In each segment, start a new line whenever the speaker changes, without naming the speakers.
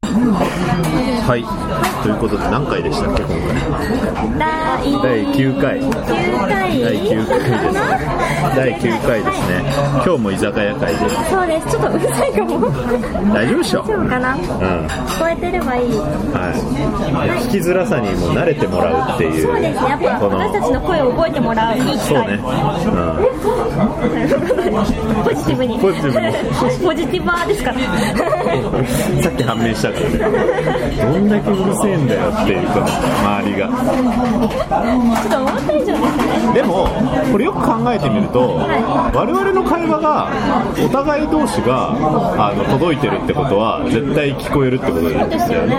はいということで何回でしたっけ今回第9回
9回
第9回ですね第9回ですね今日も居酒屋会で
そうですちょっとうるさいかも
大丈夫でしょ
大丈夫かな
うんは
聞こえてればいい
い、聞きづらさにも慣れてもらうっていう
そうですねやっぱ
この
私たちの声を覚えてもらういい機
そう
会
ね、うん、
ポジティブに
ポジティ
ポジティバーですから
さっき判明したからね どんだけうるせえんだよっていうこの周りが
ちょっと思った以上ですね
でもこれよく考えてみると我々の会話がお互い同士があの届いてるってことは絶対聞こえるってことですよね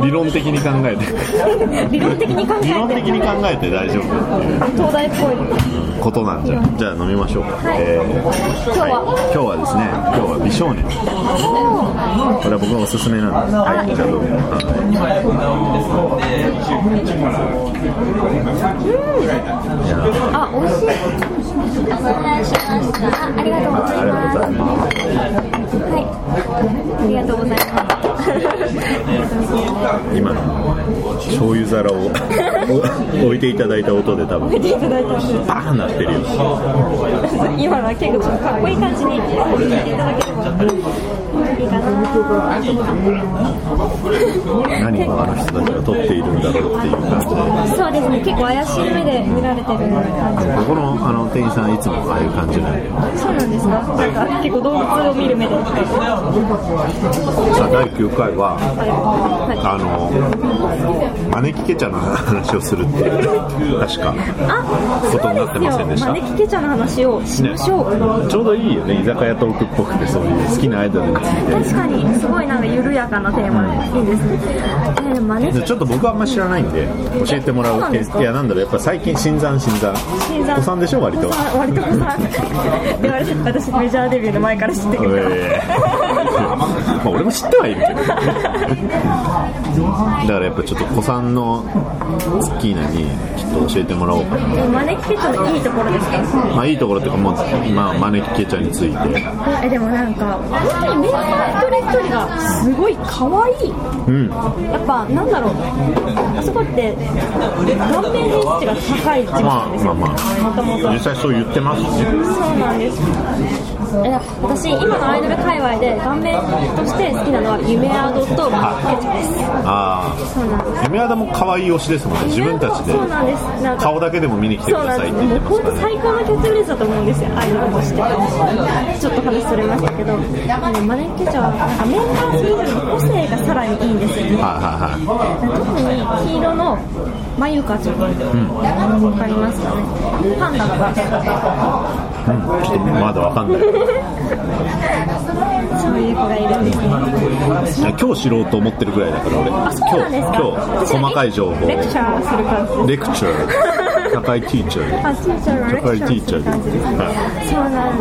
理理論的に考えて
理論的に考
理論的
えて
に考えて大丈夫っていう
東大っぽい
ことなんじゃじゃあ飲みましょうか、えー
今日は
今日はですね今日は美少年これは僕がおすすめなんですはいじゃあどうもありがとうございま
あ美味しいお願いしましたありがとうござい
す
はいありがとうござい
今の醤油皿をお置いていただいた音で多分
ます
バーンなってるよ
今のは結構かっこいい感じに聞いていただければいいかな
何をあの人たちが撮っているんだろうっていう感じで
そうですね結構怪しい目で見られてる感じ
ここのあの店員さんいつもああいう感じなんで
そうなんですかなんか結構動物を見る目で
さあ第9回は
はい
あの招きケチャの話をするっていう確か
あ
こ
そ
とになって
うで
ますせんで
よ
した
招きケチャの話をしましょう、
ちょうどいいよね居酒屋トークっぽくてそういう好きなアイドルについて
確かにすごいなんか緩やかなテーマでいいですね、えー、招き
でちょっと僕はあんま知らないんで教えてもら
そうな
うん系
ですか
いやなんだろうやっぱ最近新参新参
新参
お産でしょ割と
お産割とお産で割と私メジャーデビューの前から知ってるから
えーまあ俺も知ってはいるけどだからやっぱちょっと子さんのツッキーナにちょっと教えてもらおうかな
え招きケチャのいいところですか
まあいいところっていうかもう、まあ、招きケチャについて
えでもなんか本当にメンバー一人一人がすごい可愛い
うん
やっぱなんだろうあそこって顔面偏差値が高い地区
まあ
なんです
まあ
よ
まあ
もともと
実際そう言ってますね
そうなんですえ私今のアイドル界隈で顔面として好きなのは夢アドとマッケチャ
あ
ですそうなんで
あ夢和田も可愛い推しですもんね
す
自分たちで
そうなんですなんか
顔だけでも見に来てく
そう
ださ
なんで
いっ
す
て言っ
もう
てますから
本当
ね
最高のキャッチフレーズだと思うんですよアイドルとしてちょっと話それましたけどでもマネッケチャはなんかメンバーそれぞれの個性がさらにいいんですよね
はいはいは
特に黄色のまゆかちゃん、わかりますかねパンダが
い、うん、ちょっとまだわかんない
そういう子がいるんですね
いや今日知ろうと思ってるぐらいだから俺今
あそうなん
日
ですか
今日細かい情報
レクチャーする感じです
レクチャー社会ティーチャー
あ、ティーチャーのレ
社
ク
会テ
チ
ィ
ャー
ー
す
チャ
る感
ー
じで
です
ね
は
そうなん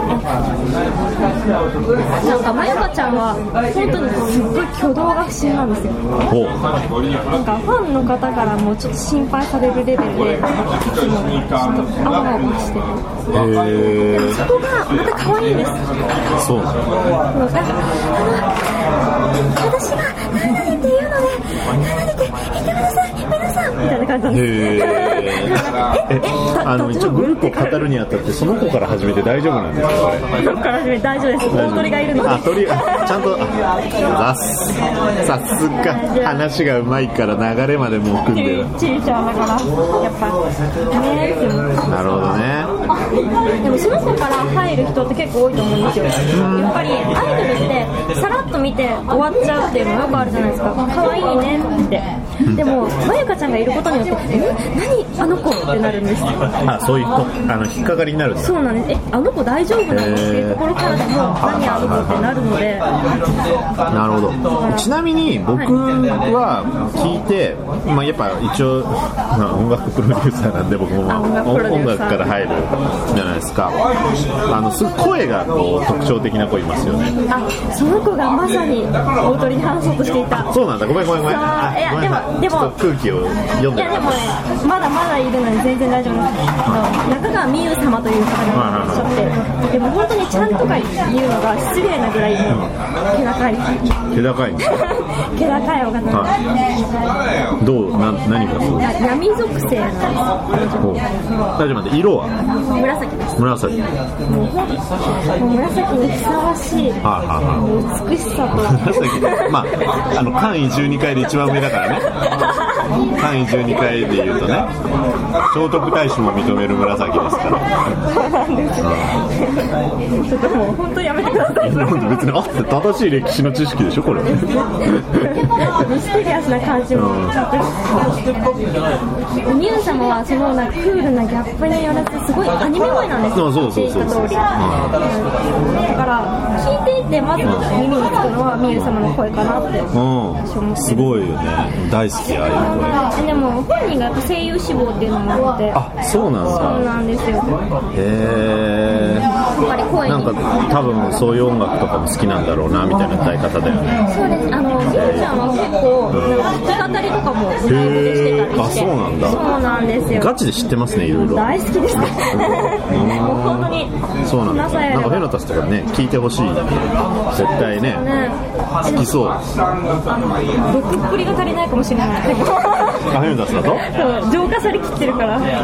ですなんかまゆかちゃんは本当にすっごい挙動が不審なんです
い
よ
ほう
なんかファンの方からもちょっと心配されるレベルでいつもちょっとあわあわしてる
へ
そこがまた可愛いです
えそうなの
なんか、あの、私が、なにって言うので、なにって、言ってください、皆さんみたいな感じなん
へ
で
え
す。
えあの一応グループを語るにあたってその子から始めて大丈夫なんですかこれ
僕から始め大丈夫です。大鳥がいるので。
あ鳥あちゃんとあさすさすが話がうまいから流れまでもう組んでる
ちりちゃんだから、やっぱ、ねーって思って。
なるほどね
あでもその子から入る人って結構多いと思うんですよやっぱりアイドルってさらっと見て終わっちゃうっていうのよくあるじゃないですか可愛いねってでもまゆかちゃんがいることによって「え何あの子」ってなるんですよ
あそういう子あの引っかかりになるんだ
そうなんです。え、あの子大丈夫なのっていうところからでも、何あの子ってなるので、
なるほどちなみに僕は聞いて、まあ、やっぱ一応、まあ音楽プロデューサーなんで僕も
あ音楽プロデューサー
音楽から入るじゃないですかあのすごい声がこう特徴的な子いますよね
あその子がまさに大鳥に話そうとしていた
そうなんだごめんごめんごめん
そういや
ごめんなさ
でもでも
ちょっと空気を読ん
い
で
や
な
で
か
もねまだまだいるのに全然大丈夫なんですけど中川美優様という方がいらっしゃってでも本当にちゃんとか言うのが失礼なぐらい気高い
った気高いんですよ
気高いお方なんです
どうな何がそう
いや闇属性なんです
こう大丈夫なんで色は
紫です
紫は
もう本当もう紫にふさわしい
あ、はあはあ
美しさと
紫まあ、あの、単位12回で一番上だからね。単位12回で言うとね、聖徳太子も認める紫ですから。
ちょっともう本当やめてください
なんで別にあって正しい歴史の知識でしょ、これ。
ミステリアスな感じもちょっとミュウ様はそのなんかクールなギャップによらずすごいアニメ声なんですよ
あそうそうそうそう
聞いた通りだから聞いていてまず耳につくのはミュウ様の声かなって
うん。すごいよね。大好き、ああいう
でも本人がやっぱ声優志望っていうのもあって
声。あ、そうなん
そう
だ。
なんですよや
へえ。
っぱり声
なん
に
か多分そういう音楽とかも好きなんだろうなみたいな歌い方だよね。
そうです。あの、ゆうちゃんは結構、なんか弾き語りとかもライブでしてたりして。
へーあそうなんだ
そうなんですよ。
ガチで知ってますね、いろいろ。
大好きです。もう本当に。
そうなんだ
皆さん
ね。
や
なんか
れ
フ
ば
ェノタスとかね、聞いてほしい。絶対ね。
ね、
好きそう。あ、
毒っぷりが足りないかもしれない。
フェノタスだと
そう浄化されきってるから。あ、で
いや、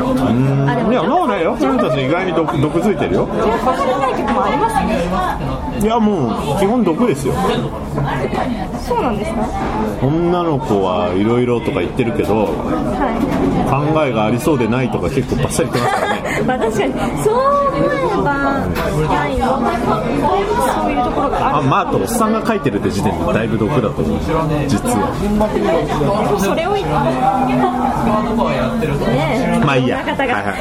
も。
もうね、よ。フェノタス意外に毒毒づいてるよ。
浄化されない曲もありますね。
いや、もう、基本毒ですよ。
そうなんですか。
女の子はいろいろとか言ってるけど、
は
考えがありそうでないとか結構バッサリ言ってますからね。
い。まあ、確かに。そう思えば。ないの。そういうところがあ
あ、
る。
まあ、あと、おっさんが書いてるって時点でだいぶ毒だと思う。実は。
それを言って。ねえ
まあいいや。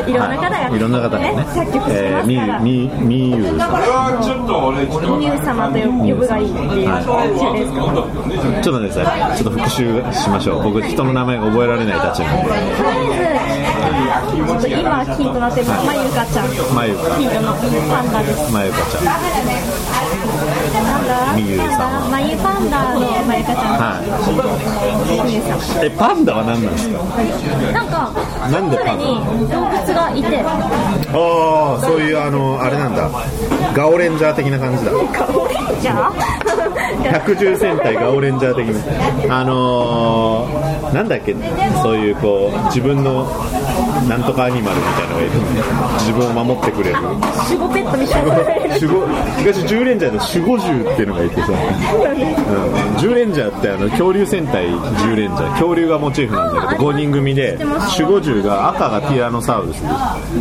いろんな方
は
が、いろんな方が、
はいいろんな方がね。
作曲
え
しま
ー
すから。
み、み、みゆさん。
ミュウ様と呼ぶがいいっていう感じですか。
ちょっと待ってください。ちょっと復習しましょう。僕、人の名前が覚えられないたちなんで。
とりあえず、ちょっと今、ヒントなってるのは、まゆかちゃん。ヒン
まゆか、
トのパンダです。
まゆかちゃん。
なんだ
みゆさん
ん。まゆパンダのまゆかちゃん。
は
みゆさ
い。え、パンダは何なんですか
ん。なんか、
なんで
それ
パ
ぞれ
ンダ
に動物がいて、
ああ、そういう、あの、あれなんだ。ガオレンジャー的な感じだ。
じゃあ、
百獣戦隊ガオレンジャー的な。あのー、なんだっけ、そういう、こう、自分の、なんとかアニマルみたいなのがいるのね自分を守ってくれる。
守護ペットみたいな。
守護東10レンジャーの守護獣っていうのがいてさ、うん、10レンジャーってあの恐竜戦隊10レンジャー恐竜がモチーフなんだけど5人組で守護獣が赤がティラノサウルスで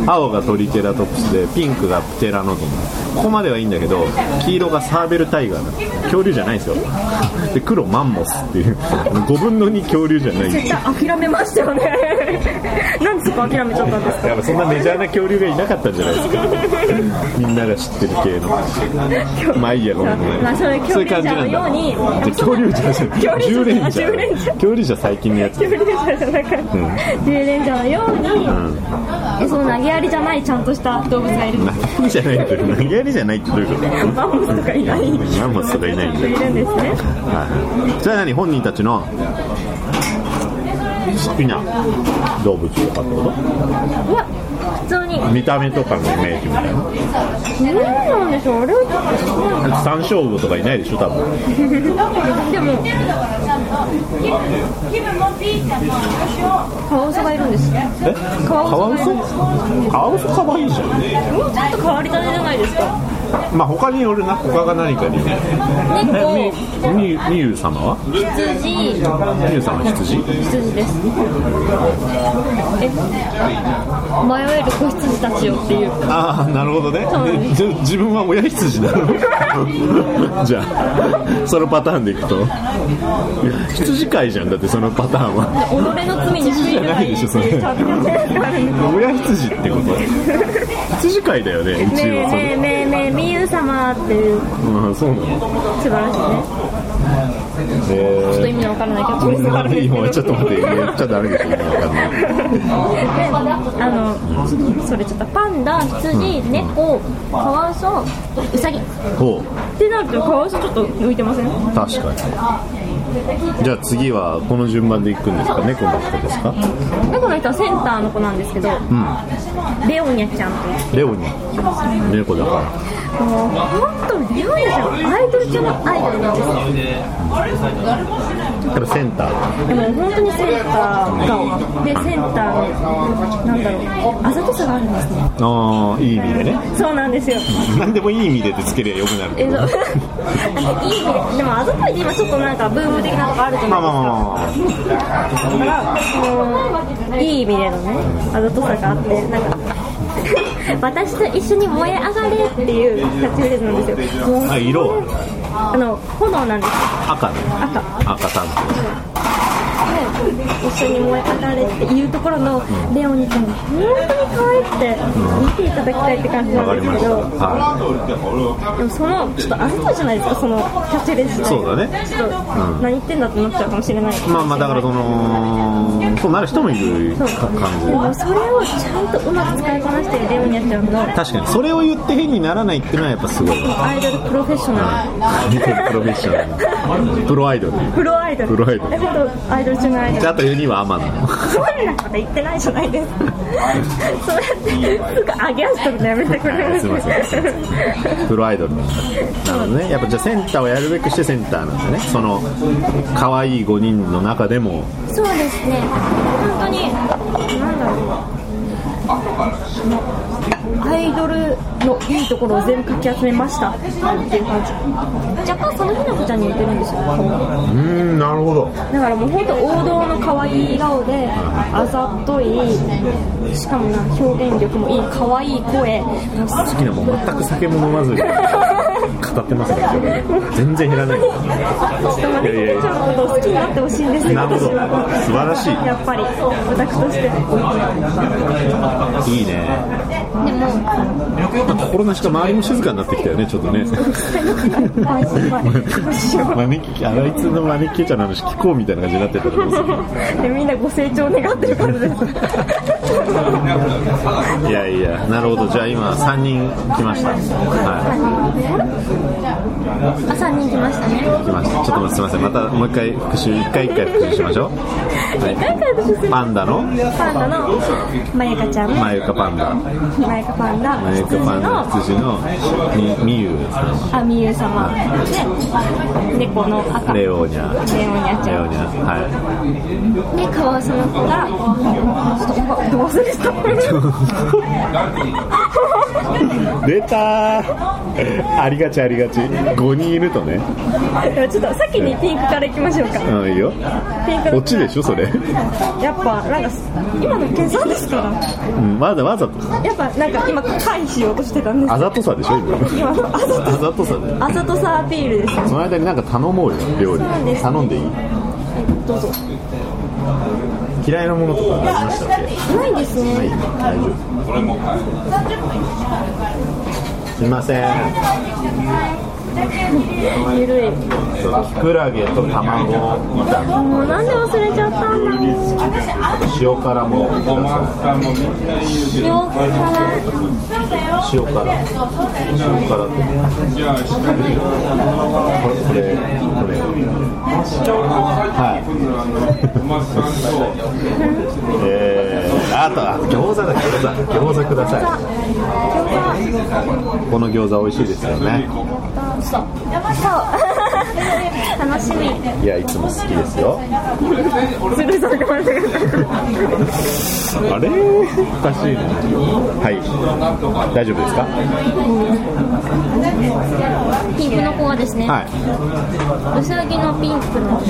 青がトリケラトプスでピンクがプテラノドンここまではいいんだけど黄色がサーベルタイガーなの恐竜じゃないんですよで黒マンモスっていう5分の2恐竜じゃないんです
じゃあ、諦めましたよね。なんでそこ諦めちゃったんですか
やっぱそんなメジャーな恐竜がいなかったんじゃないですかみんなが知ってる系のまあいいやごめんごめん
まあそういう恐竜じゃのように
そういう感じなんだじゃあ恐竜じゃない10レ
恐竜じゃ
ン
ない
ジャ
10レンジ
ー
ャー
恐竜じゃ最近のやつ
十連射じゃなかった。十連射のように、えその投げやりじゃないちゃんとした動物がいる。
投げじゃないって投げやりじゃないってどういうこと
マンモスとかいない。い
マンモスとかいないんだ
るんですね。
はいそれは何本人たちの好きな動物とかってこ
うわ、普通に。
と見た目とかのイメージみたいな
何なんでしょう。あれは
山椒魚とかいないでしょ多分
でもカワウソがいるんです。
え
カ
カワウソ
もう
カワウソかわいいじゃん
ちょっと変わり種じゃないですか。
まあ他によるな他が何かによるえ
猫、
みみみゆ様は
羊、
みゆ様は羊
羊です。え、迷える子羊たちよっていう。
ああなるほどね
そう
でじゃ自分は親羊なの じゃあそのパターンでいくといや羊飼いじゃんだってそのパターンは
己の罪に悔いがいいっていうちゃんとやってるからね
親羊ってこと羊飼いだよね
ね
一応
えねえねえねえみゆ様っていう
それ、うん、そうなの
素晴らしいね
え
ちょっと意味のわからないキャッチフレーズがあるんですけど
今ちょっと待って言っちゃダメでしょ今わかんない
であのそれちょっとパンダ羊猫カワウソウサギっ
ほう
てなるとカワウソちょっと抜いてません
確かにじゃあ次はこの順番で行くんですか猫の人ですか
猫の人はセンターの子なんですけど、レオニャちゃんという
レオニー猫だから
もう本当にレオニャちゃんはアイドル中のアイドルなんですよ
やっぱセンター
でも本当にセンター顔でセンターのなんだろうあざとさがあるんですね
ああいい意味でね
そうなんですよ
何でもいい意味でってつけりゃよくなる
え
け
そ
ど
う なんかいい意味ででもあざといって今ちょっとなんかブーム的なとこあるじゃ
ま
な
あ
いで
まあ
す
ま
か
あまあ
だから、いい意味でのね、あざとさがあって、なんか、 私と一緒に燃え上がれっていうキャッチフレーズなんですよ。もう
あ色は
あの炎なんですよ、
赤ね
赤。
赤担
で一緒に燃え上がれっていうところのレオニちゃんが本当に可愛くて見ていただきたいって感じ
当わ
な
か
ん
り
で
ますし
け
た
ど
は
でもそのちょっとあざといじゃないですかそのキャッチフレーズ自体
そうだね
ちょっと、何言ってんだってなっちゃうかもしれない
いまあまあだからそのそうなる人もいる
そう
か感
で
じ
もそれをちゃんとうまく使いこなしてるレオニャちゃんの
確かにそれを言って変にならないっていうのはやっぱすごい
アイドルプロフェッショナル
プロフェッショナルプロアイドル
プロアイドル
プロアイドル
え本当アイドル中のアイド
で
ル
あと4人はアマンなの
そんなこと言ってないじゃないですかそうやってすぐ上げ足取るのやめてくれます
すいませんすいまプロアイドルなんだなるほどねやっぱじゃあセンターをやるべくしてセンターなんだねその可愛い5人の中でも
そうですね本当になんだろうアイドルのいいところを全部かき集めましたっていう感じ若干その日の子ちゃんに似てるんですよ顔が
うんなるほど
だからもう本当王道の可愛い顔であざといしかもな表現力もいい可愛い声もうす
好きなもん全く酒も飲まずに語ってますね今日全然減らない
ちょっとマネちゃんのことを好きになってほしいんですよ
なるほど
私は
素晴らしい
やっぱり私として
いいね
でも
心なしか周りも静かになってきたよねちょっ とね
怖い怖 いどうしよ
招きあいつのマネキンちゃんの話聞こうみたいな感じになってたけど
うでみんなご成長願ってる感じです
いやいやなるほどじゃあ今3人来ましたは
あ三人来ましたね
い来ましたちょっとすいませんまたもう一回復習一回一回復習しましょう、は
仲良く
い、パンダの
パンダのまゆかちゃん
マユカパンダ
まゆかパンダ
マユ
羊
カパンダ
の
羊のみみゆ
あみゆ様で猫の赤
レオーニャ
レオニャち
レ
ゃ
オ
ん
ーニャは
でカワウソの子がちょっとどうする した
い出たーありがちありがち5人いるとね
でもちょっと先にピンクからいきましょうか
うんいいよ
ピンクの
こっちでしょそれ、
やっぱなんか今の計算ですから
うん、わざわざと
やっぱなんか今回避しようとしてたんです
あざとさでしょ今
今のあざ
あざとさで
あざとさアピールです
その間になんか頼もうよ料理
そうです
頼んでいい
どうぞ
嫌いなものとかありましたっけ
ないですね、
はい大丈夫すいません
ゆるい
キクラゲと卵炒め
もうなんで忘れちゃったんだろう
塩辛もくださ
塩
い
辛
塩辛塩辛とこれこれこれはいえー、あとは餃子だ餃子餃子ください
餃
この餃子美味しいですよね
子そうそう楽しみ
いやいつも好きですよ
鶴さんが待ってください
あれおかしいなはい大丈夫ですか
ピンクの子はですね、
は
うさぎのピンクなんで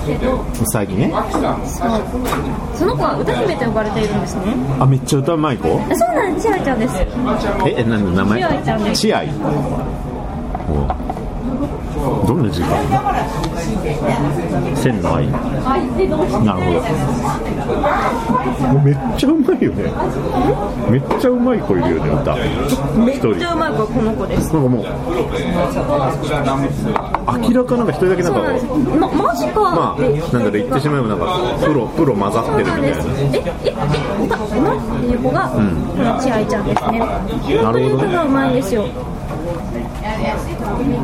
すけど
いうさぎね
そうその子は歌姫と呼ばれているんですね
あめっちゃ歌うまい子
そうなんですちあいちゃんです
ええ何の名前
チアイちゃんです
チアイおどんな時間
線の愛
なるほどめっちゃうまいよねめっちゃうまい子いるよね歌
めっ
一
ち
人
ゃうまい子はこの子です
なんかもう明らかなんか一人だけなんか
そうなんですまマジか
ま
っ
あ
て、
なんかで言ってしまえばなんかプロプロ混ざっ
そう
てる
なん
みた
です
いな。
え、え、え、歌うまっていう子が、このちあいちゃんですね。本当に
ほど
歌がうまいんですよ。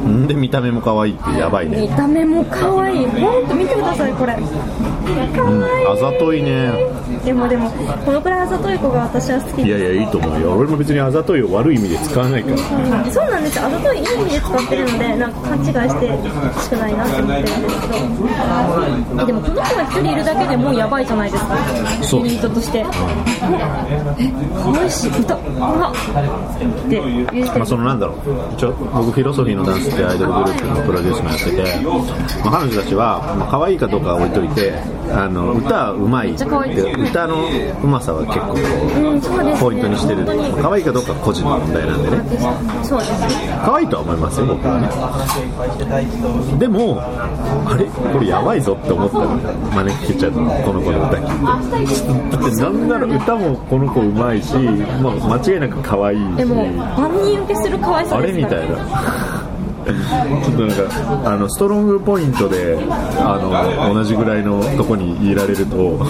んで見た目も可愛いってやばい
見
ね
た目も可愛い。ほんと見てください、これ。可愛い。
あざといね
でもでも、このくらいあざとい子が私は好き
い
で
やいやいいと思うよ俺も別にあざといを悪い意味で使わないから
うんそうなんですよ。あざといいい意味で使ってるので、なんか勘違いしてほしくないなって思ってるんですけど。でもこの子が一人いるだけでもうやばいじゃないですか。
そう
ユニットとして。もうえ、可愛いし、歌、うまっって言って
まあ、そのなんだろう一応僕フィロソフィーのダンスってアイドルグループのプロデュースもやってて、まあ、彼女たちは、まあ、可愛いかどうかは置いといてあの歌うまいって
めっちゃ可愛い
歌のうまさは結構
うん、そうですね。
ポイントにしてる
本当に
可愛いかどうかは個人の問題なんでね
そうですね。
可愛いとは思いますよ僕はねでもあれこれやばいぞって思ったのマネキンちゃんのこの子の歌聞いてだってなんなら歌もこの子うまいし、まあ、間違いなく可愛いし
でも、万人受けする可愛さ
あ
で
れ
す
み
から
たいな。ちょっとなんかあのストロングポイントであの同じぐらいのとこにいられると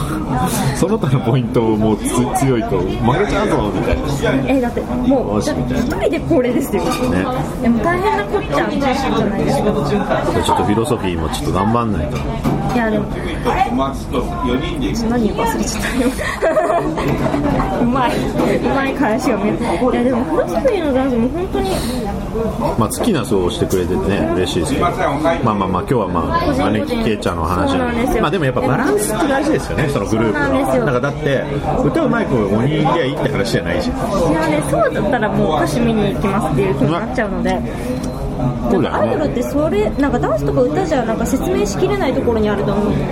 その他のポイントもつ強いと負けちゃうぞみたいな
え、だって、もう、
マジ
一
みたいな
人でこれですよ。
ね
でも大変なこっちゃじゃないですか。
ちょっとフィロソフィーもちょっと頑張んないと
いや、でも、何忘れちゃったよ。うまい、うまい返しが見えいや、でも、フロソフィーのダンスも本当に、
まあ、好きな層をしてくれててね、嬉しいですけど、まあまあまあ、今日はまあ、マネキケイちゃんの話
そうなんですよ
まあでもやっぱバランスって大事ですよね、そのグループ
そうなんですよ
の。なんかだって、歌うまい子が5人いりゃいいって話じゃないじゃん。
いやね、そうだったらもう歌詞見に行きますっていう気になっちゃうので。
そうだ
アイド
よ
ルっ
ね。
てそれなんかダンスとか歌じゃなんか説明しきれないところにあると思うので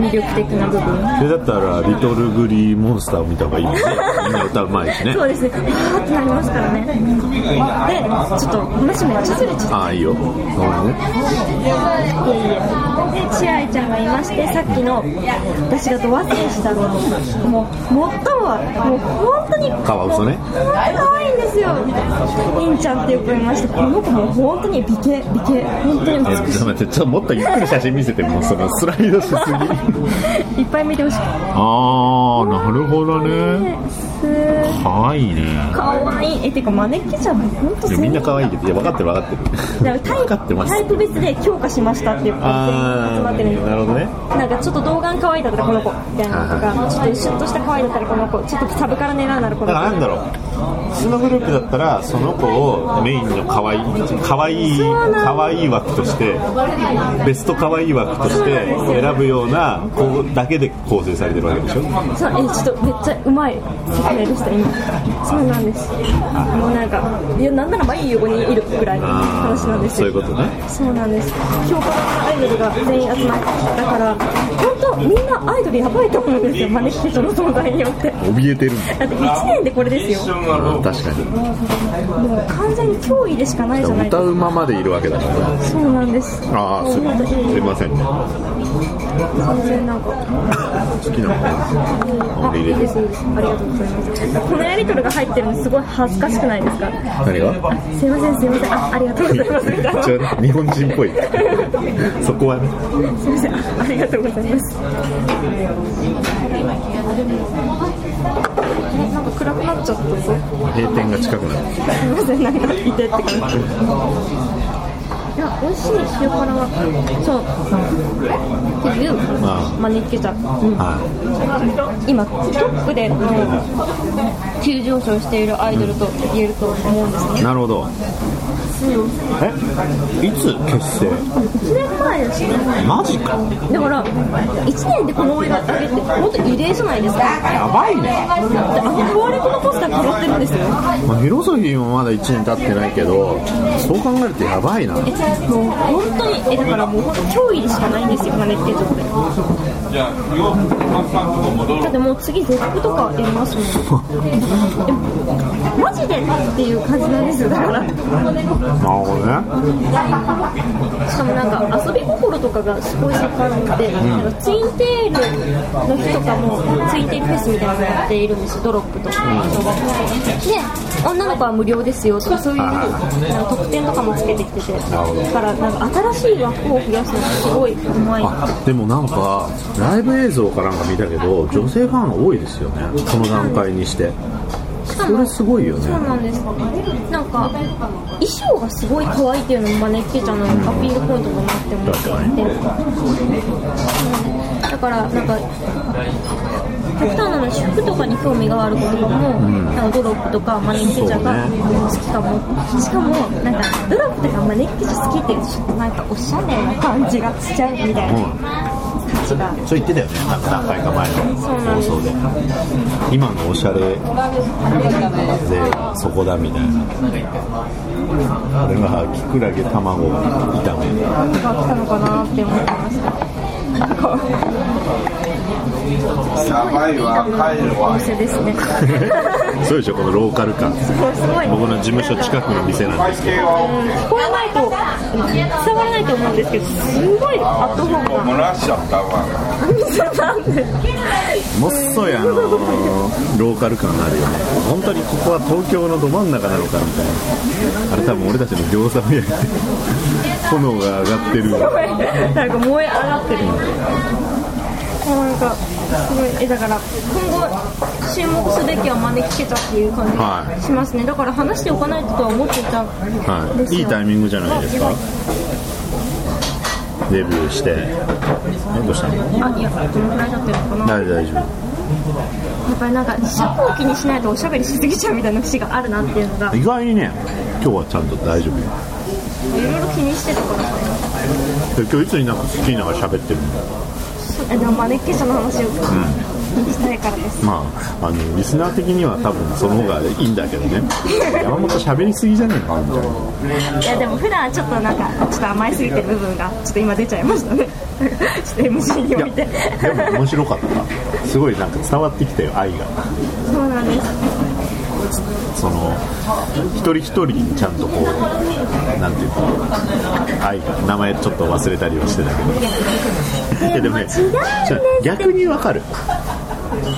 魅力的な部分
それだったら、リトルグリーモンスターを見た方がいいよね。みんな歌うまいしね
そ。うですねあーってなりますからねでちょっと話めっちゃずれちゃった
ああ、いいよ。ごめんね。
で千愛ちゃんがいましてさっきの私がド忘れしたのもう最ももう本当に
カワウソね
本当に可愛いんですよりんちゃんっていう子いましてこの子も本当に美形美形本当に美しい
えちょっと待って、ちょっともっとゆっくり写真見せて、もうそのスライドしすぎ。
いっぱい見てほしくて
ああ、なるほどね。
すー
可愛いね。
可愛いえてかマネキンちゃんも本当
いやみんな可愛いけど、いや、分かってる分かってる。
なんかタイ
分かって
プ
ます
タイプ別で強化しましたっていう子が全員集まってるんです
なるほどね
なんかちょっと童顔可愛いだったらこの子みたいなのとかちょっとシュッとした可愛いだったらこの子ちょっとサブから狙うなら
だ
この
からなん
子
だろう普通のグループだったらその子をメインの可愛い可愛い
そうなの
可愛い枠としてベスト可愛い枠として選ぶような子だけで構成されてるわけでしょ
そうえちょっとめっちゃうまい説明でした今そうなんですもうなんかいやなんなら毎横にいるぐらいの
あ
話なん
ー
です
そうい
よ
うことね
そうなんです評価のアイドルが全員集まってだから本当みんなアイドルやばいと思うんですよマネキンの存在によって
怯えてるん
だって1年でこれですよ
だ確かに
もう完全に脅威でしかないじゃないで
歌
すか
うままでいるわけだから
そうなんです
ああす
もう本当
すい
に
ませんね
完全なんか
好きなもの
あ
入
い
れ
い
る
ですいいですありがとうございますこのやり取りが入ってるのすごい恥ずかしくないですか
何が
すいませんすいませんあありがとうございますみたい な
一応ね日本人っぽい そこはね
すいませんあありがとうございますえなんか暗くなっちゃったぞ
閉店が近くなる
すいませんなんかいてって感じいや美味しい塩辛はそうっていう真似つけた、うん
は
今トップでの急上昇しているアイドルと言えると思うんですね
いなるほどえいつ結成
1年前ですね
マジか
だから1年でこの俺が上げってもっと異例じゃないですか
やばいね、
だってあの壊れ子のポスター飾ってるんですよ
まあ、フィロソフィーもまだ1年経ってないけどそう考えるとやばいな
えもう本当にえだからもう本当脅威でしかないんですよマネッケ城でだってもう次ゼップとかやりますも んえマジでっていう感じなんですよだから
なるほどね
しかもなんか遊び心とかがすごい盛んで、なんかツインテールの日とかもツインテールフェスみたいなのをやっているんですよドロップとか、で女の子は無料ですよとかそういうなんか特典とかもつけてきててだからなんか新しい枠を増やすのがすごいうまい
あでもなんかライブ映像かなんか見たけど女性ファン多いですよねこの段階にして
しか
それ
も
すごいよ
そう
ね
なんですなんか衣装がすごい可愛いっていうのもマネッケちゃんのアピールポイントだなって思っていてうんだからなんか極端なの服とかに興味がある子とかも、なんかドロップとかマネッケちゃんが好きかも、しかもなんかドロップとかマネッケちゃん好きっていうちょっとなんかおしゃれな感じがしちゃうみたいな
うん
価値が
そう言ってたよねなんか何回か前の放送で今のおしゃれでそこだみたいな俺はきくらげ卵炒め
何が来たのかなって思ってましたなんか
やばいわ、帰る
お
わ。
店ですね
そうでしょこのローカル感
すごい
僕の事務所近くの店なんです
系は
聞こえないと伝わらないと思うんですけどすごいアットホーム
漏らしちゃったわ。
もっそいあのーローカル感あるよね本当にここは東京のど真ん中なのかみたいなあれ多分俺たちの餃子を焼いて炎が上がってる
ななんか燃え上がってるもうなんかすごいえだから今後注目すべきは招きけたっていう感じ
は
がしますね、だから話しておかないととは思っていたんで
は
す
い、
よ
いいタイミングじゃないですかデビューしてえどうしたの
あいやどのくらいだったのかな
大丈夫大丈
やっぱりなんか尺を気にしないとおしゃべりしすぎちゃうみたいな節があるなっていうのが
夫
い
意外にね今日はちゃんと大丈夫よ
ろいろ気にしてたか
で
ら
今日いつになく好きながら喋ってるんだ
えでも招きけたの話をしたいからです
まああのリスナー的には多分その方がいいんだけど ね山本喋りすぎじゃねえかみたいない
やでも普段ちょっとなんかちょっと甘いすぎてる部分がちょっと今出ちゃいましたね ちょっと MC に
いや
おいて
でも面白かったすごいなんか伝わってきたよ愛が
そうなんです
その一人一人にちゃんとこうなんていうか愛が名前ちょっと忘れたりはしてたけど いやでもね
違うんです
違う逆にわかる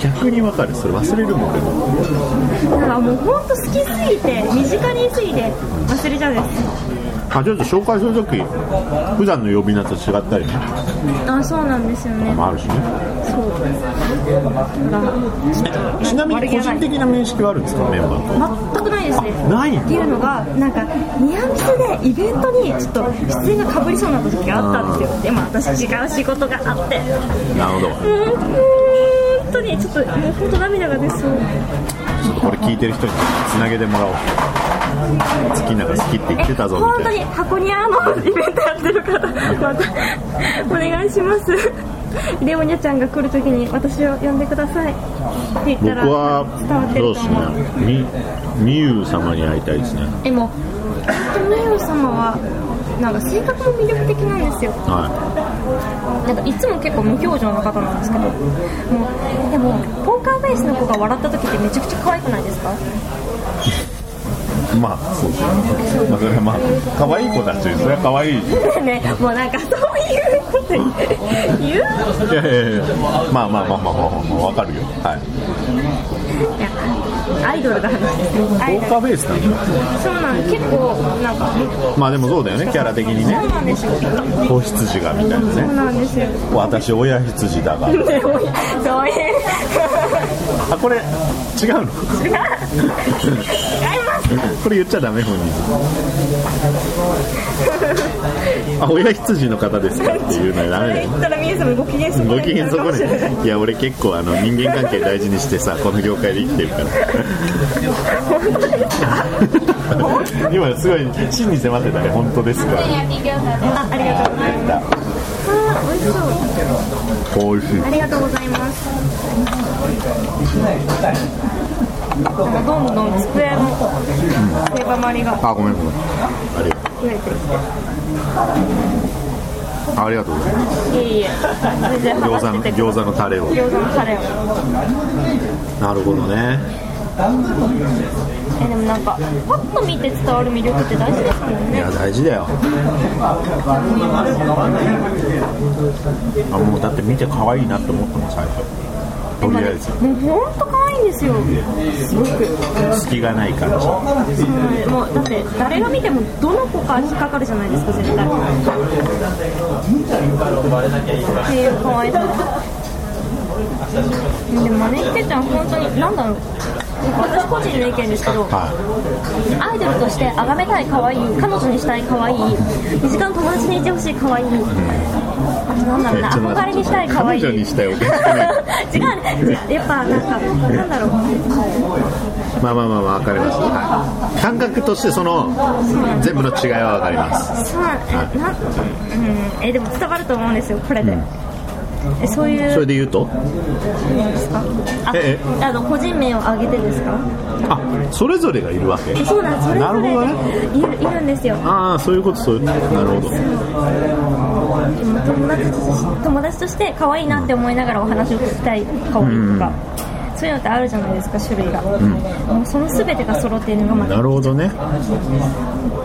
逆にわかるそれ忘れるもん俺
だからもう本当好きすぎて身近にすぎて忘れちゃうんです
あちょっと紹介するとき普段の呼び名と違ったりね
あそうなんですよね
もあるしね
そうだからちょっと
ちなみに
悪
個
気が
人的な面識はあるんですかメンバーと
全くないですね
ない
っていうのがなんかニアミスでイベントにちょっと出演がかぶりそうな時があったんですよでも私違う仕事があって
なるほど
うーん本当にちょっともう本当涙が出そう
ちょっとこれ聞いてる人につなげてもらおう好きなら好きって言ってたぞ
本
み
当
たい
に
な
箱庭のイベントやってる方またお願いしますレオニャちゃんが来るときに私を呼んでくださいって言
僕
ったら伝わ
は
って
ど
る
う
と
です
思う
ねみみゆう様に会いたいですね
でも本当にレオ様はなんか性格も魅力的なんですよ
は
なんかいつも結構無表情の方なんですけどもうでもポーカーフェイスの子が笑った時ってめちゃくちゃ可愛くないですか
いまあそうですねまあそれはまあ可愛い子たちですね可愛い
ねえねえもうなんかそういうこと言う
いやいやいやまあまあまあまあまあまあわかるよはい
いやアイドルが話ですねアイ
ポー
ドル
カーベースなんだ
そうなんです結構なんか
まあでもそうだよねキャラ的にね
そうなんですよそ
子羊がみたいな
う
ね
なんですよ
私親羊だが
でもそういう
あこれ違うの
違う違います
これ言っちゃダメ本人あ親羊の方ですかっていうのはダメだよ
言ったら皆様ご機嫌損
ご
ね
機
ちゃ
嫌
うか
損
もしれない
ねいや俺結構あの人間関係大事にしてさこの業界で生きてるから今すごい真に迫ってたね本当ですか
あありがとうございます
だ
あー美味しそう
美味しい
ありがとうございます。なんかどんどん机の狭まりが
あごめんごめんありがと
増え
う
て
ありがとうございます
きて、いえいえ、全然
餃
話
子
し
の
てて、
餃子のタレを
餃子のタレを。
なるほどね
えでもなんかパッと見て伝わる魅力って大事ですもん
い
ね
や大事だよあもうだって見て可愛いなって思ったもん最初とりあえず
もう本当可愛いんですよすごく
隙がない感じ
はいもうだって誰が見てもどの子か引っかかるじゃないですか絶対っていう可愛さでもマネキンちゃん本当になんだろう私個人の意見ですけど、
は
アイドルとして崇めたい可愛い彼女にしたい可愛い2時間友達にいてほしい可愛いあとなんだろうな
ちょっと待って
憧れにしたい可愛い
彼女にしたいおかしくない
違うねやっぱなんかなんだろう
まあまあまあまあ分かりました、はい、感覚としてその全部の違いは分かります
そうえなんうんえでも伝わると思うんですよこれで、えそういう
それで言うと
ですかあ
え
あの個人名を挙げてですか
あそれぞれがいるわけ
えそうなんそれぞれ
なる
いるいるんですよ
ああそういうことそういうなるほど
友達として友達として可愛いなって思いながらお話を聞きたい可愛いとか、そういうのってあるじゃないですか種類が、もうその全てが揃っているのがまた
なるほどね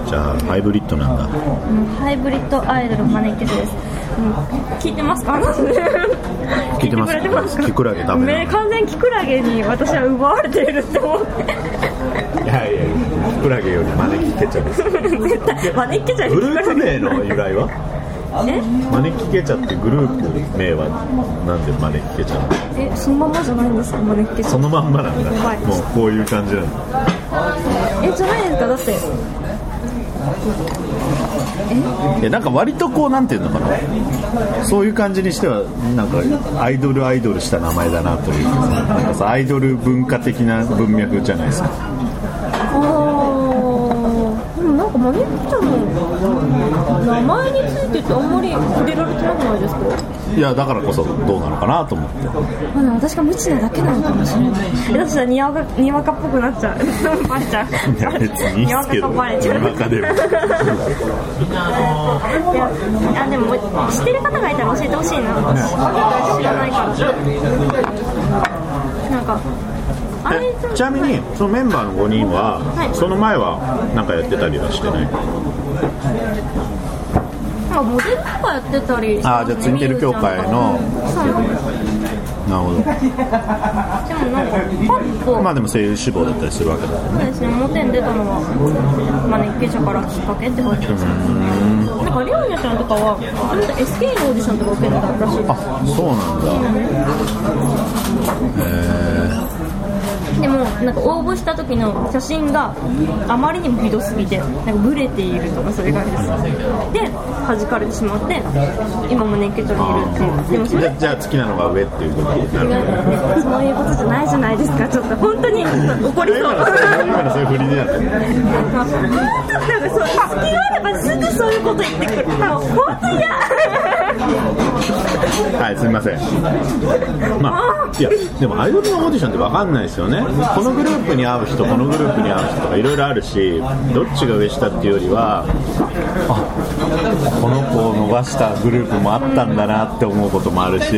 じゃあハイブリッドなんだ
もうハイブリッドアイドルマネキンです、うん、聞いてますか聞
いてます
いくれますか
キクラゲダメなの
め完全にキクラゲに私は奪われているって思って
いやいやキクラゲより招きケチャです
絶対マネキンじゃん
グループ名の由来は
え
招きケチャってグループ名はなんで招きケチャなの
えそのまんまじゃないんですかマネキンじゃ
そのまんまなんだ
はい
もうこういう感じなんだ
えじゃないですかだって
いやなんか割とこうなんていうのかなそういう感じにしてはなんかアイドルアイドルした名前だなというかなんかさアイドル文化的な文脈じゃないですか
あーでもなんかマネキンちゃんの名前についてってあんまり触れられてなくないですか
いやだからこそどうなのかなと思って
まあでも私が無知なだけなのかもしれないえだとしたらにわかにわかっぽくなっちゃうバレちゃう
いや別にいいっすけど
にわかがバレちゃう
にわかでも
いやあでも知ってる方がいたら教えてほしいな私知らないからなんかあれ
えちなみにそのメンバーの5人は、
はい
その前はなんかやってたりはしてない
なんかモデルとかやってたりしてま
あー
すね
じゃあツインテール協会の
そうなんです
なるほ
でもなんかパッと、
どまあでも声優志望だったりするわけだ
そうですね、表に出たのは、マネッケ社からきっかけって感じですなんか、りょうにゃちゃんとかは、あなた SK のオーディションとか受けてたらしいです。
あそうなんだ
でもなんか応募した時の写真があまりにもひどすぎてなんかブレているとかそういう感じですで弾かれてしまって今も熱血にいるっていうでも
じ
それ
ゃ
って
じゃあ好きなのが上っていうことになるほど
そういうことじゃないじゃないですかちょっと本当にちょっと怒りそう
今のそういう今のそういう振りでやってる
なんかそう隙があればすぐそういうこと言ってくるもう本当嫌
はいすみませんまあいやでもアイドルのオーディションって分かんないですよねこのグループに合う人このグループに合う人とかいろいろあるしどっちが上下っていうよりはあこの子を逃したグループもあったんだなって思うこともあるし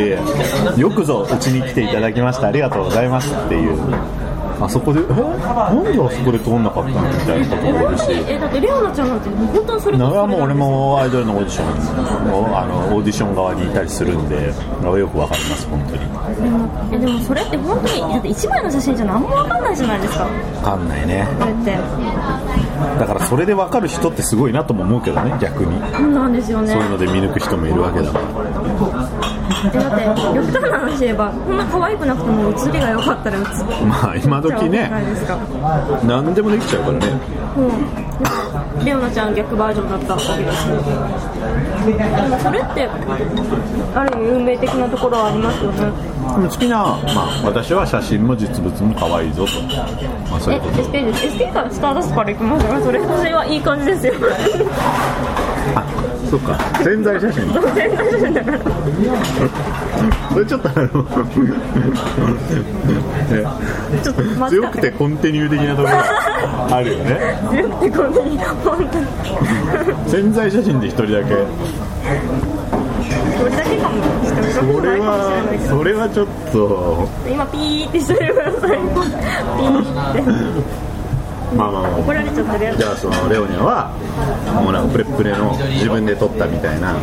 よくぞうちに来ていただきましたありがとうございますっていうあそこでえなんであそこで通んなかったのみたいなこともある
本当
し
にえだってレオナちゃんなんて本当にそれこ
だ
そ
からもう俺もアイドルのオーディションのあのオーディション側にいたりするんでよくわかります本当にわ
えでもそれって本当にだって一枚の写真じゃ何も分かんないじゃないですか
かんないね
あれって
だからそれでわかる人ってすごいなとも思うけどね逆に
うんなんですよね
そういうので見抜く人もいるわけだから
でだって極端な話言えばこんな可愛くなくても写りが良かったら写っち
まあ今
ゃうわけ
時
じゃ
ね
ないですか、
何でもできちゃうからね
うん、レオナちゃん逆バージョンだったわけですよでもそれってある意味運命的なところはありますよね
でも好きな、まあ、私は写真も実物も可愛いぞと、まあ、そう
え
いうこと
SK です SK からスターダストから行きますからそれそれはいい感じですよ
あそっか潜在写真
全然写真だから
それちょっとあのね
ちょっと待
強くてコンティニュー的なところがあるよね
強くてこんなに本当に
潜在写真で一人だけ
これだけかもしかも
それ
ないかもしれ
は
ないけど
そ
それはちょっと
今ピーってしてくださいピーって
まあまあまあ
怒られちゃってるや
じ
つ
ゃあそのレオニャはもうなんかプレプレの自分で撮ったみたいな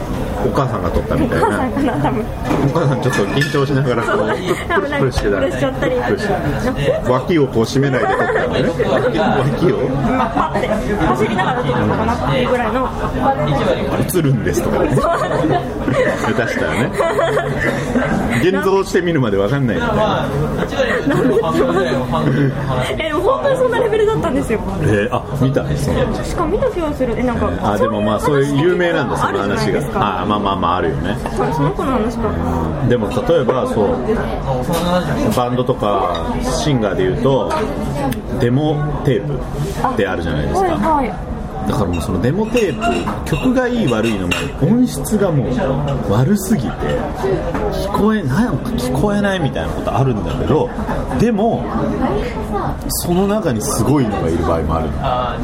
お母さんが撮ったみたい
お母さんか
な
な多分
お母さんちょっと緊張しながら こうプル
多分なんか
プルしてた
プルしちゃったり
プルしてた脇をこう締めないで撮ったのね脇脇を
パッて走りながら撮ったのかなっていうぐらいの
映るんですとかね下手したらね現像してみるまでわかんないみたいな
えでも本当にそんなレベルだったんですよ
えー、あ見たその
しかも見た気がするえなんか
あでもまあそういう有名なんだそ
ある
の
じゃな
話
いですか
があまあまあまああるよね
そその子の話か
でも例えばそうバンドとかシンガーで言うとデモテープってあるじゃないです
はい
か
はい
だからもうそのデモテープ曲がいい悪いのも音質がもう悪すぎて聞こえなんか聞こえないみたいなことあるんだけどでもその中にすごいのがいる場合もある
あ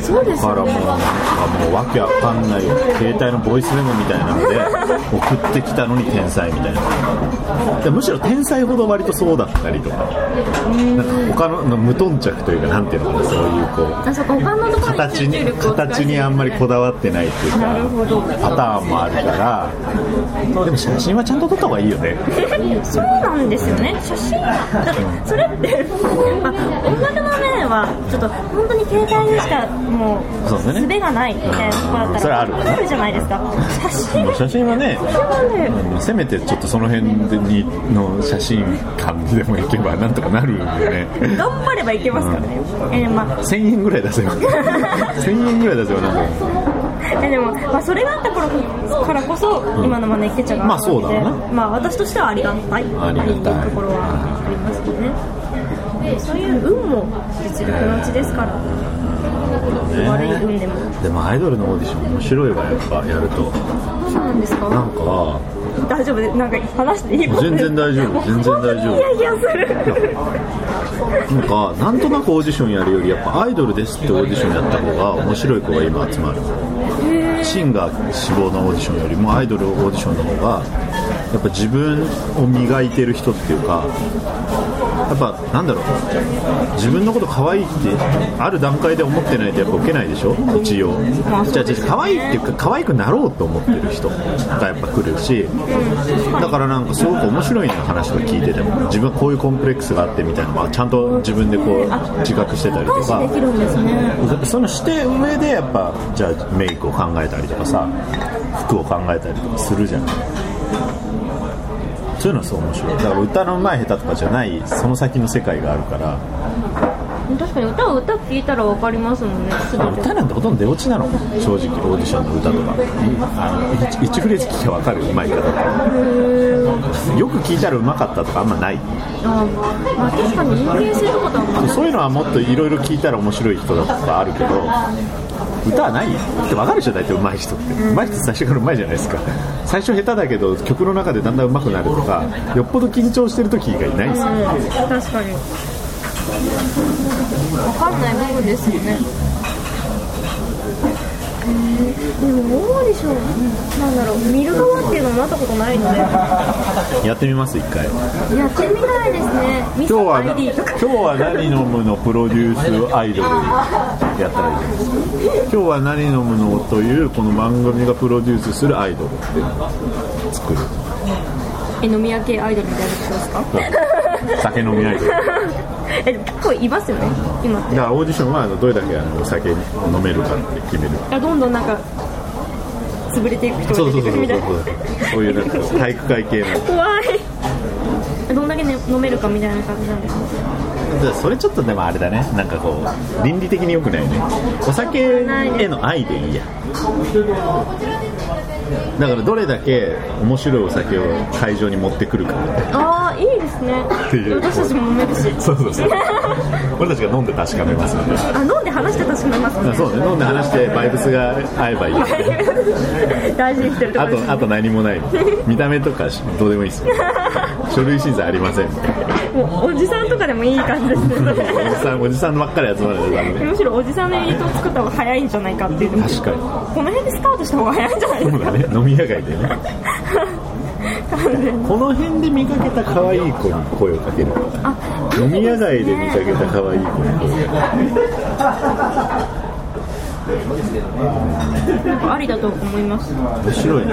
そうです
だから
よ
もう
ね
なんかもうわけわかんない携帯のボイスメモみたいなので送ってきたのに天才みたいなでむしろ天才ほど割とそうだったりとかなんか他の無頓着というかなんていうのかなそういうこう
あそこ他のところに
形
集中
に
力を使いす
形
ぎて
にあんまりこだわってないっていうか
なるほど
パターンもあるからでも写真はちゃんと撮った方がいいよね
そうなんですよね写真だってそれってまあ音楽の面はちょっと本当に携帯にしかも
そうだ
う
ね
術がないみたいなところだったら
うんそれある
あるじゃないですか写真
もう写真はね
はね
せめてちょっとその辺にの写真館でも行けばなんとかなるよね
頑張ればいけますからね、えーまあ
1000円ぐらい出せ ば1000円ぐらい出せばなんか
えでも、まあ、それがあったからからこそ、今のマネッケチャが
まあそうだろうな
あってまあ私としてはありがたい
ありがたい
ところはありますよねでそういう運も実力のうちですから、悪い運でも
でもアイドルのオーディション面白いわやっぱやると
そうなんですか
なんか
大丈夫ですなんか話していいこと
全然大丈夫全然大丈夫
いやいやする
なんかなんとなくオーディションやるよりやっぱアイドルですってオーディションやった方が面白い子が今集まるシンガー志望のオーディションよりもアイドルオーディションの方がやっぱ自分を磨いてる人っていうかやっぱなんだろう自分のこと可愛いってある段階で思ってないとやっぱ受けないでしょ一応じゃあじゃあ可愛いっていうか可愛くなろうと思ってる人がやっぱ来るしだからなんかすごく面白いの話とか聞いてても自分はこういうコンプレックスがあってみたいなのはちゃんと自分でこう自覚してたりとか
返しできるんですね
そのして上でやっぱじゃあメイクを考えたりとかさ服を考えたりとかするじゃないそういうのはそう面白いだから歌の前下手とかじゃないその先の世界があるから
確かに歌を歌って聞いたらわかりますもんねすぐで
歌なんてほとんど出落ちなの正直オーディションの歌とかあの 1, フレーズ聞きゃ分かるうまいかとかよく聞いたらうまかったとかあんまない
あー、まあ、確かに人間性とかとは思う
そういうのはもっといろいろ聞いたら面白い人だとかあるけど歌はないよって分かるでしょ大体上手い人って上手い人って最初から上手いじゃないですか最初下手だけど曲の中でだんだん上手くなるとかよっぽど緊張してる時以外いないですよ
うん確かにわかんない部分ですよねでもオーディションなんだろう見る側っていうのもなったことないのでや
やってみます一回
ってみたいですねミス
今日は
ター ID と
今
か
日は何飲むのプロデュースアイドルやったらいいです今日は何飲むのというこの番組がプロデュースするアイドルっていうのを作る
え飲み屋系アイドルみたいな人ですか
酒飲みアイドル
えでも結構いますよね今って
だからオーディションはあのどれだけあのお酒飲めるかって決める
あどんどんなんか潰れていく人
そ
が
うそ
出
う
て
そう
く
そ
る
う
みた
そうそう
いな
いうなんか体育会系の
怖いどんだけ、ね、飲めるかみたいな感じなんですね
それちょっとでもあれだねなんかこう倫理的に良くないねお酒への愛でいいやだからどれだけ面白いお酒を会場に持ってくるか
ああいいですね
っていう
私たちも飲めるし
そうそうそう俺たちが飲んで確かめますので
あ飲んで話してたし飲めます ね
そうね飲んで話してバイブスが合え ばいい
大事にしてるとこ
あ
ろです
とあと何もない見た目とかどうでもいいです書類審査ありませんみたいな
もうおじさんとかでもいい感じですねそ
お じさんおじさんばっかり集まるのダメ
れむしろおじさんのユニットを作った方が早いんじゃないかっていう
確かに
この辺でスタートした方が早いんじゃな い
そうだね飲み屋街でねこの辺で見かけた可愛い子に声をかける
あ
飲み屋街で見かけた可愛い子に声をか
なんかありだと思います
ける面白いね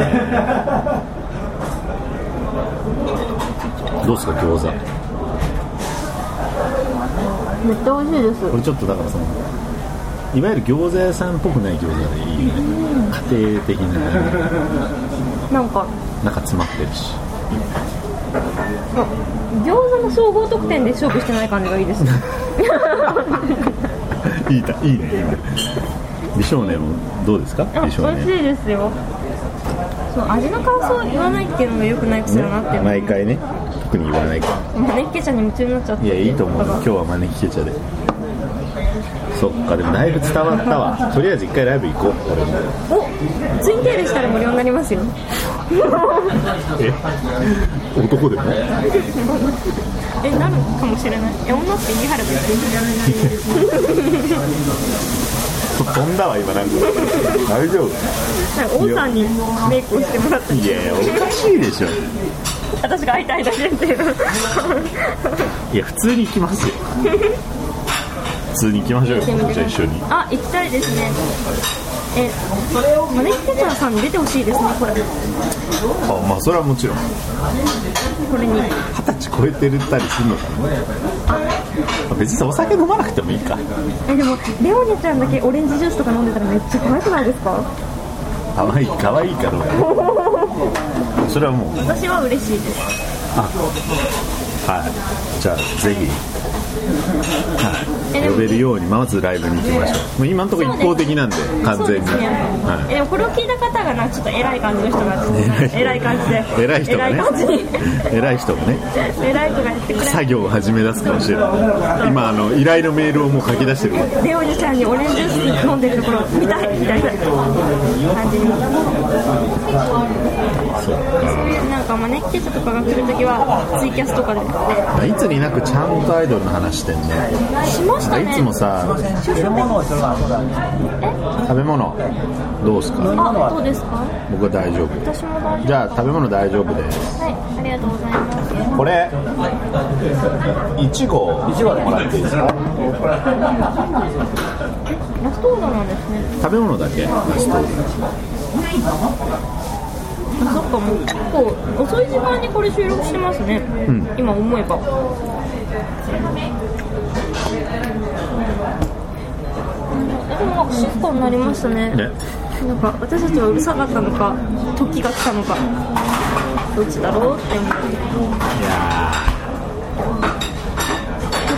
どうですか餃子
めっちゃ美味しいです
これちょっとだからそのいわゆる餃子屋さんっぽくない餃子でいいよね家庭的な
なんか
なんか詰まってるし
餃子の総合得点で勝負してない感じがいいですね
いいたいいねいいね美少年もどうですか
あ美
美
味し
少
い
年
ですよそう味の感想を言わないっていうのがよくない癖だなって思う
毎回ね特に言わないから
招き家ちゃんに夢中になっちゃった
いやいいと思うよ今日は招きケチャでそっかでもだいぶ伝わったわとりあえず一回ライブ行こう俺も
おツインテールしたら無料になりますよ
え男でも
えなるかもしれないえ女って言い張る
飛んだわ今なんか大丈夫
なんか王さんにメイクをしてもらった
いやいやおかしいでしょ
私が会いたいだけっていう
いや普通に行きますよ普通に行きましょうよじゃあ一緒に
あ行きたいですねえマネキテチャーさんに出てほしいですねこれこ
あまあそれはもちろん
れに
二十歳超えてるったりするのかな別にさお酒飲まなくてもいいか
えでもレオネちゃんだけオレンジジュースとか飲んでたらめっちゃ怖くないですか
可愛い可愛いかどうかそれはもう
私は嬉しいです
はい、じゃあぜひ、
え
はい、
でも
呼べるようにまずライブに行きましょうもう今のところ一方的なんで完
そう
全に、
ですね、え
は
でもこれを聞いた方がなんかちょっと偉い感じの人が偉い感じ
い、
で
偉い人が
偉い感じに
ね偉い人もね
偉い人が言ってくれ
作業を始め出すかもしれない今あの依頼のメールをもう書き出してるから
レオニちゃんにオレンジジュース飲んでるところ見たいみたいな感じになんかマネッケチャとかが来るときはツイキャスとかで
いつになくちゃんとアイドルの話してんね
しました
い
ね
つもさ食べ物どうすか
あどうですか
僕は大丈夫
私も大丈
じゃあ食べ物大丈夫です
夫はいありがとうございます
これいちごもらっていいですか
ラストオーダーなんですね
食べ物だけラストオーダー
あそっかもう結構遅い時間にこれ収録してますね、今思えばでもなんか静かになりましたね
ね
なんか私たちはうるさかったのか時が来たのかどっちだろうって思って
いや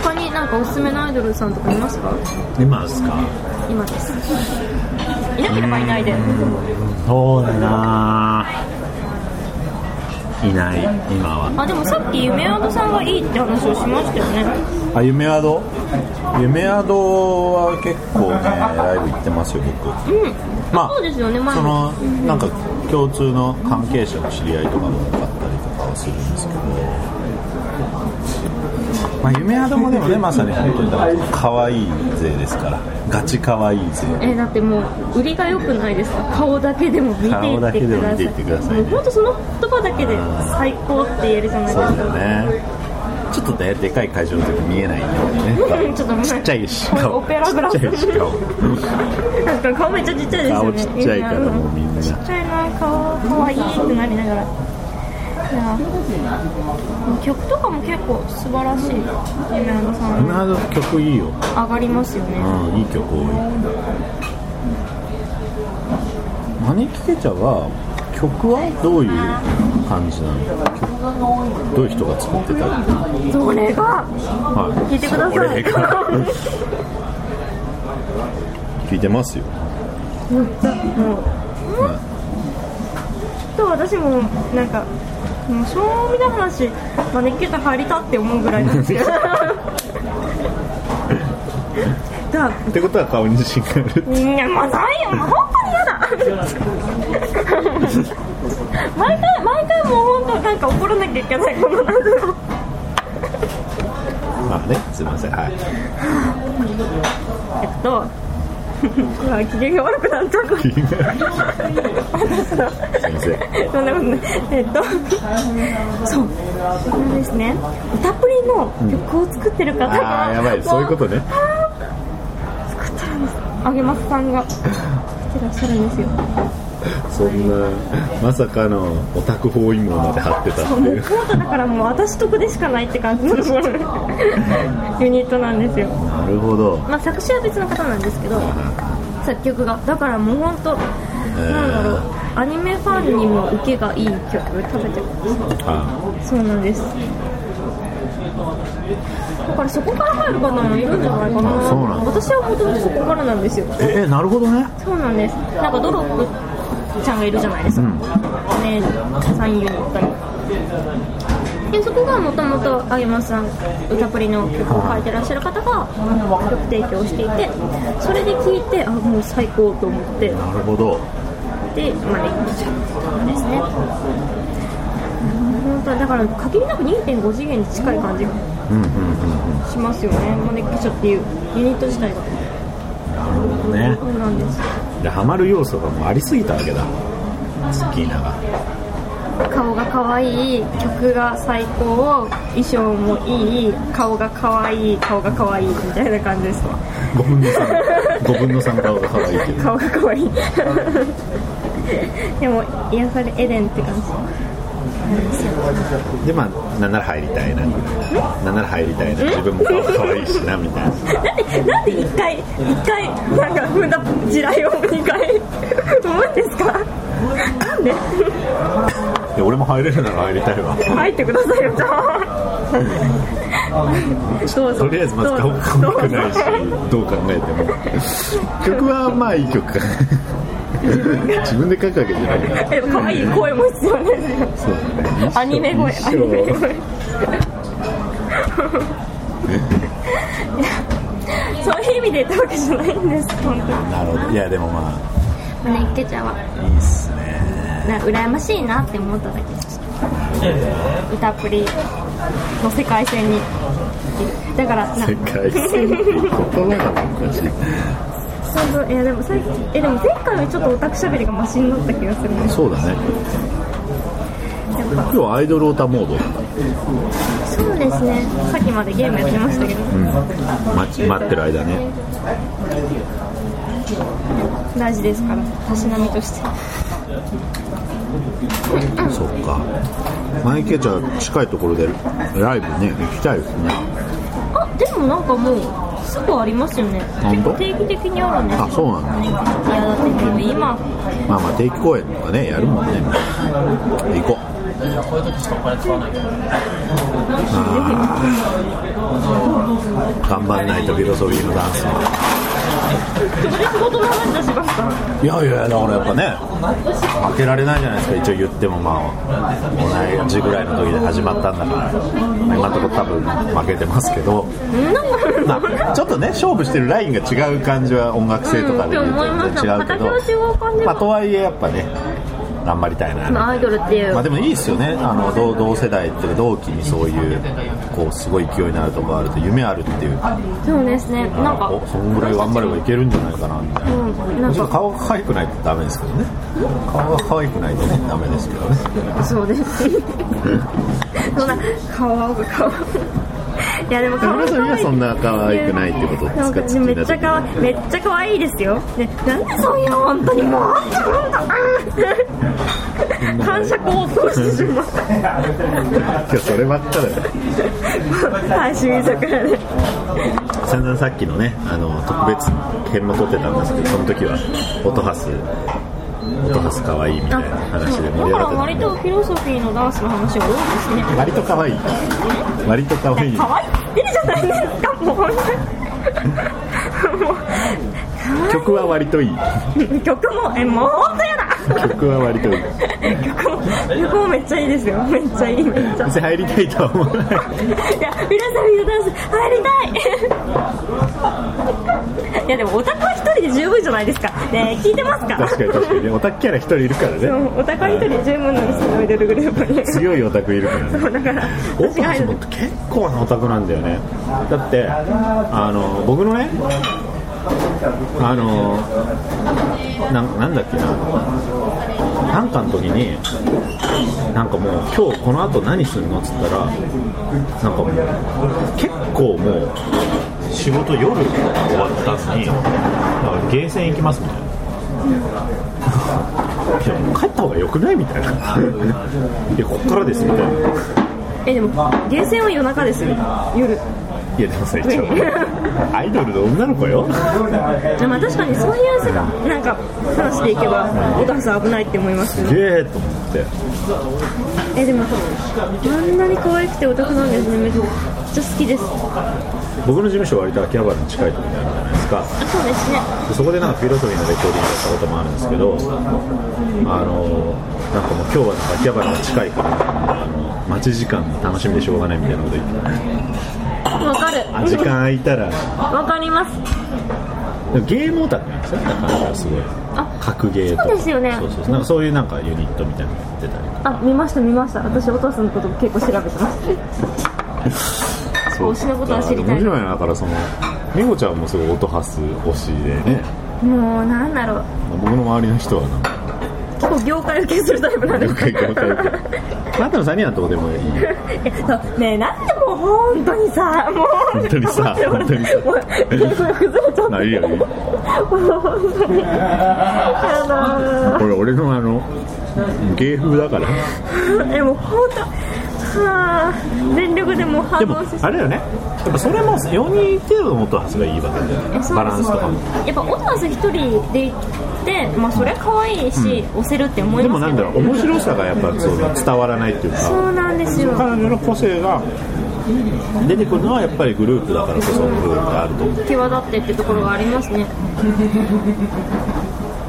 他になんかおすすめのアイドルさんとかいますか
ー今ですか
今ですいなければいないで
そうだないない今は
あでもさっき夢アドさんがいいって話をしましたよね
あ夢アド夢アドは結構ねライブ行ってますよ僕
うん
まあ
そうですよね前
そ
も
のなんか共通の関係者の知り合いとかも多かったりとかはするんですけどまあ夢アドもでもねまさに本当にだから可愛い勢ですからガチ可愛い勢
えーだってもう売りが良くないですか顔だけでも見てい
顔だ
って
け
く
でも
だ
見
さい
ていってくださいね
もう本当その言葉だけで最高って言えるじゃないです
そう
か
だよねちょっとねでかい会場の時見えないんだよ
う
ね
んちょっともう
ちっちゃいし
これ オペラグラス
ちっちゃいし顔
確かに顔めっちゃちっちゃいですよね
顔ちっちゃいからもうみんな
ちっちゃいな顔かわいいってなりながらいや曲とかも結構素晴らしい夢山さん
今の曲いいよ
上がりますよね
うんいい曲多いマネキケチャは曲はどういう感じなの曲どういう人が作ってたり
それが
は
聞いてくださ
俺
い
がい聞いてますよ
もうと私もなんかもう正味な話マネキュータ入りたって思うぐらいなんですよだ
ってことは顔に自信がある
いやまあないよもう本当に嫌だ 毎回毎回もう本当なんか怒らなきゃいけないこの謎の
まあねすいませんはい
えっと
今機嫌が悪くなっちゃうかも
機嫌が
私の
先生
そんなことないえっとそうこれですね歌プリの曲を作ってる方が、
ああやばいそういうことね
作ったんですあげますさん が来てらっしゃるんですよ
そんなまさかのオタク包囲網まで張ってたって
も
いうう
コートだからもう私得でしかないって感じのユニットなんですよ、
なるほど
まあ、作詞は別の方なんですけど作曲がだからもう本当なんだろうアニメファンにも受けがいい曲食べて
あ
ますそうなんですだからそこから入る方もいるんじゃないかな
あそうなんだ
私はもともとそこからなんですよ
えなるほどね
そうなんですなんかドロップちゃんがいるじゃないです
う
か、
ん
ね、3ユニットに。でそこがもともとあゆまさん歌プリの曲を書いてらっしゃる方が曲提供していてそれで聞いてあもう最高と思って
なるほど
でまあできちゃったんですね本当はだから限りなく2.5次元に近い感じが
うんうんうんうん
しますよねマネッキショっていうユニット自体が
なるほどね
そうなんです
でハマる要素がもうありすぎたわけだスキーナが
顔が可愛い曲が最高衣装もいい顔が可愛い顔が可愛いみたいな感じですね
5分の3 5分の3顔が可愛いという
顔が可愛い でも癒されエデンって感じ
でまあなんなら入りたいなみたいななんなら入りたいな自分も顔可愛いしなみたいな
なんでなんで一回一回なんか踏んだ地雷を二回踏むんですかなんで
で俺も入れるなら入りたいわ
入ってくださいよじゃあどうぞ
とりあえずまず顔
どう
が
ぞ
可愛くないしどう考えても曲はまあいい曲か自分で書くわけじゃないから
え可愛い声も必要ですよ
そうだね
アニメ声
一
アニメ
生
声 そういう意味で言ったわけじゃないんです本当に
なるほどいやでもまあ
まあねいっけちゃんはい
いっすね
な羨ましいなって思っただけです歌プリの世界線にだからな
世界線っていう言葉が難しい
そうそういやでもさっきえでも前回よりちょっとオタクしゃべりがマシになった気がするんです
そうだね今日はアイドルオタモードだか
そうですねさっきまでゲームやってましたけど、
ら待ち待ってる間ね
大事ですからたしなみとして
そっかマイケちゃん近いところでライブね行きたいですね
あでもなんかもうすぐありますよね
本当
定期的にあるんです
あそうなんだ
いやだってでも今
まあまあ定期公演とかねやるもんね行こうあー頑張んないとフィロソフィーのダンスは
そこで仕事の話出しました
いやいやだからやっぱね負けられないじゃないですか一応言ってもまあ同じぐらいの時で始まったんだから、まあ今のところ多分負けてますけど、まあ、ちょっとね勝負してるラインが違う感じは音楽性とかで言うと全然違うけど、
うんって思いますよ
まあ、とはいえやっぱね頑張りたいな
まあアイドルっていう
まあ、でもいいですよねあの同同世代っていうか同期にそういうこうすごい勢いのあるとこがあると夢あるっていう
そうですねなんか
おそんぐらい頑張ればいけるんじゃないかなみたいな、
うんなん
ちょっと
か
顔が可愛くないとダメですけどね顔が可愛くないとねダメですけどね
そうですそんな顔が顔いやでも顔が可
村
愛い
さんはそんな可愛くないってことですか
なん
ちっちゃい
めっちゃ可愛いめっちゃ可愛いですよ、ね、なんでそういうの本当にもう本当に感触を通してしまった
今日そればっかだよ
最終作やで
散々さっきのねあの特別編も撮ってたんですけどその時は音ハス音ハス可愛いみたいな話で盛り
だ
上が
から
ってた
割とフィロソフィーのダンスの話が多いですね
割と可愛い割と可愛い
可愛いって言ってるじゃないですかもう本当にも
曲は割といいう
曲もえもう本当やだ
曲は割といい
曲も曲もめっちゃいいですよめっちゃいいめっちゃい
別に入りたいとは思わない
やフィロソフィーのダンス入りたい いやでもオタクは一人で十分じゃないですかねえ聞いてますか
確かに確かにねオタクキャラ一人いるから
で
ね
もオタクは一人で十分なんですよアイドルグルー プに
強いオタクいるからね
だから
オ
私
タ
がアイ
ク
ド
も
ル
結構なオタクなんだよねだってあの僕のねあのなんなんだっけななんかの時になんかもう今日この後何するのっつったらなんかもう結構もう仕事夜終わったのにだからゲーセン行きますみたいな。いやもう帰った方が良くないみたいないやこっからですみたいな
えでもゲーセンは夜中ですよ夜
いやでもさ一応アイドルの女の子よ
まあ確かにそういう世界なんか話でいけばお母さん危ないって思いますけど
ゲーと思って
えでもあんなに可愛くてオタクなんですねめっちゃ好きですあ
僕の事務所は割と秋葉原に近いところにあるじゃないですか
そうですね
でそこでなんかフィロソフィーのレコーディングをしたこともあるんですけどあのなんかもう今日はなんか秋葉原が近いからあの待ち時間が楽しみでしょうがないみたいなこと言って
わかる
あ時間空いたら
わかります
でもゲームオタクなんですよね感じはすごい
あ
格ゲーとか
そうですよね
そうそうそうなんかそういうなんかユニットみたいなのやってたり
あ見ました見ました私お父さんのこと結構調べてます推しのことは知りた
面
いも
白いなだからその美穂ちゃんもすごい音ハス推しでね
うなんだろう
僕の周りの人は なんか
結構業界受けするタイプなんです
業界業界業界あなたの3人はどうでもいい
えそう ねえなんでもう本当にさもう
本当にさ
もう
本当にさ
もう結構崩れちゃっ
な
て
いいよいいよ
もう本当にあのー
これ俺のあの芸風だから
でも本当はあ全力でもう反
でも
応して
あれだよねやっぱそれも4人いての音ハスがいいわけだよ
えそうで
ね
す
バランスとかも
やっぱ音は一人で行ってまあそれは可愛いし、押せるって思い
で
ま
も
す
な
け
ん
ど
だろう面白さがやっぱその伝わらないっていうか
そうなんですよ
彼女の個性が出てくるのはやっぱりグループだからこその部分があると思う
際立ってってところがあります ね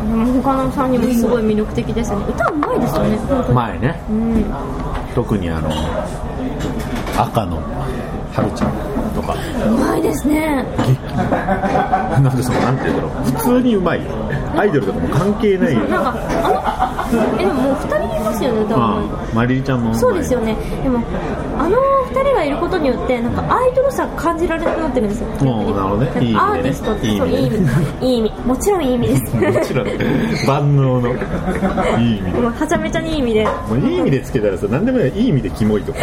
でも他の3人もすごい魅力的ですね歌うまいですよね本当に
前ね、特にあの赤の春ちゃんとか
うまいですね
なんでそのなんて言うんだろう普通にうまいよアイドルとかも関係ないよ
なんかあのえでももう2人いますよね歌うまい
ああマリリちゃんも
そうですよ
ね
ねでもあの2人がいることによってなんかアイドルさが感じられなくなってるんですよ逆に
なるほどね
んか
いい意味でね
アーティストってそういい
いい
意
意味
味いい意味もちろんいい意味です
も ちろん万能のいい意味で
もうはちゃめちゃにいい意味で
もういい意味でつけたらさ何でもないいい意味でキモいと か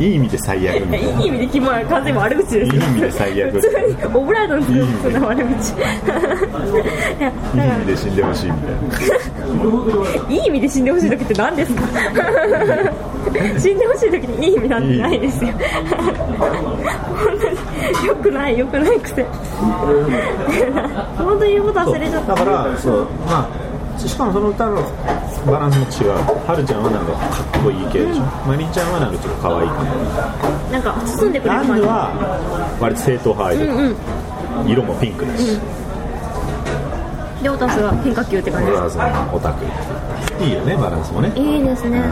いい意味で最悪みたいない
い意味で決まる完全に悪口です
いい意味で最悪
普通にオブラートに包むそんな悪口いや
いい意
だ
味で死んでほしいみたいな
からいい意味で死んでほしい時って何 ですか死んでほしい時にいい意味なんてないですよ本当によくないよくないくせ本当に言うこと忘れちゃっ
だ
た
からそうまあしかもその歌のバランスも違うはるちゃんはなんかかっこいい系でしょ、まりんちゃんはなんかちょっと可愛い
なんか包んでくれ
ラ
る
ンド
感じ
は割と正統派アイドル、色もピンクだし、
でオタスは変化球って感じで
ラズのオタクいいよねバランスもね
すいいですね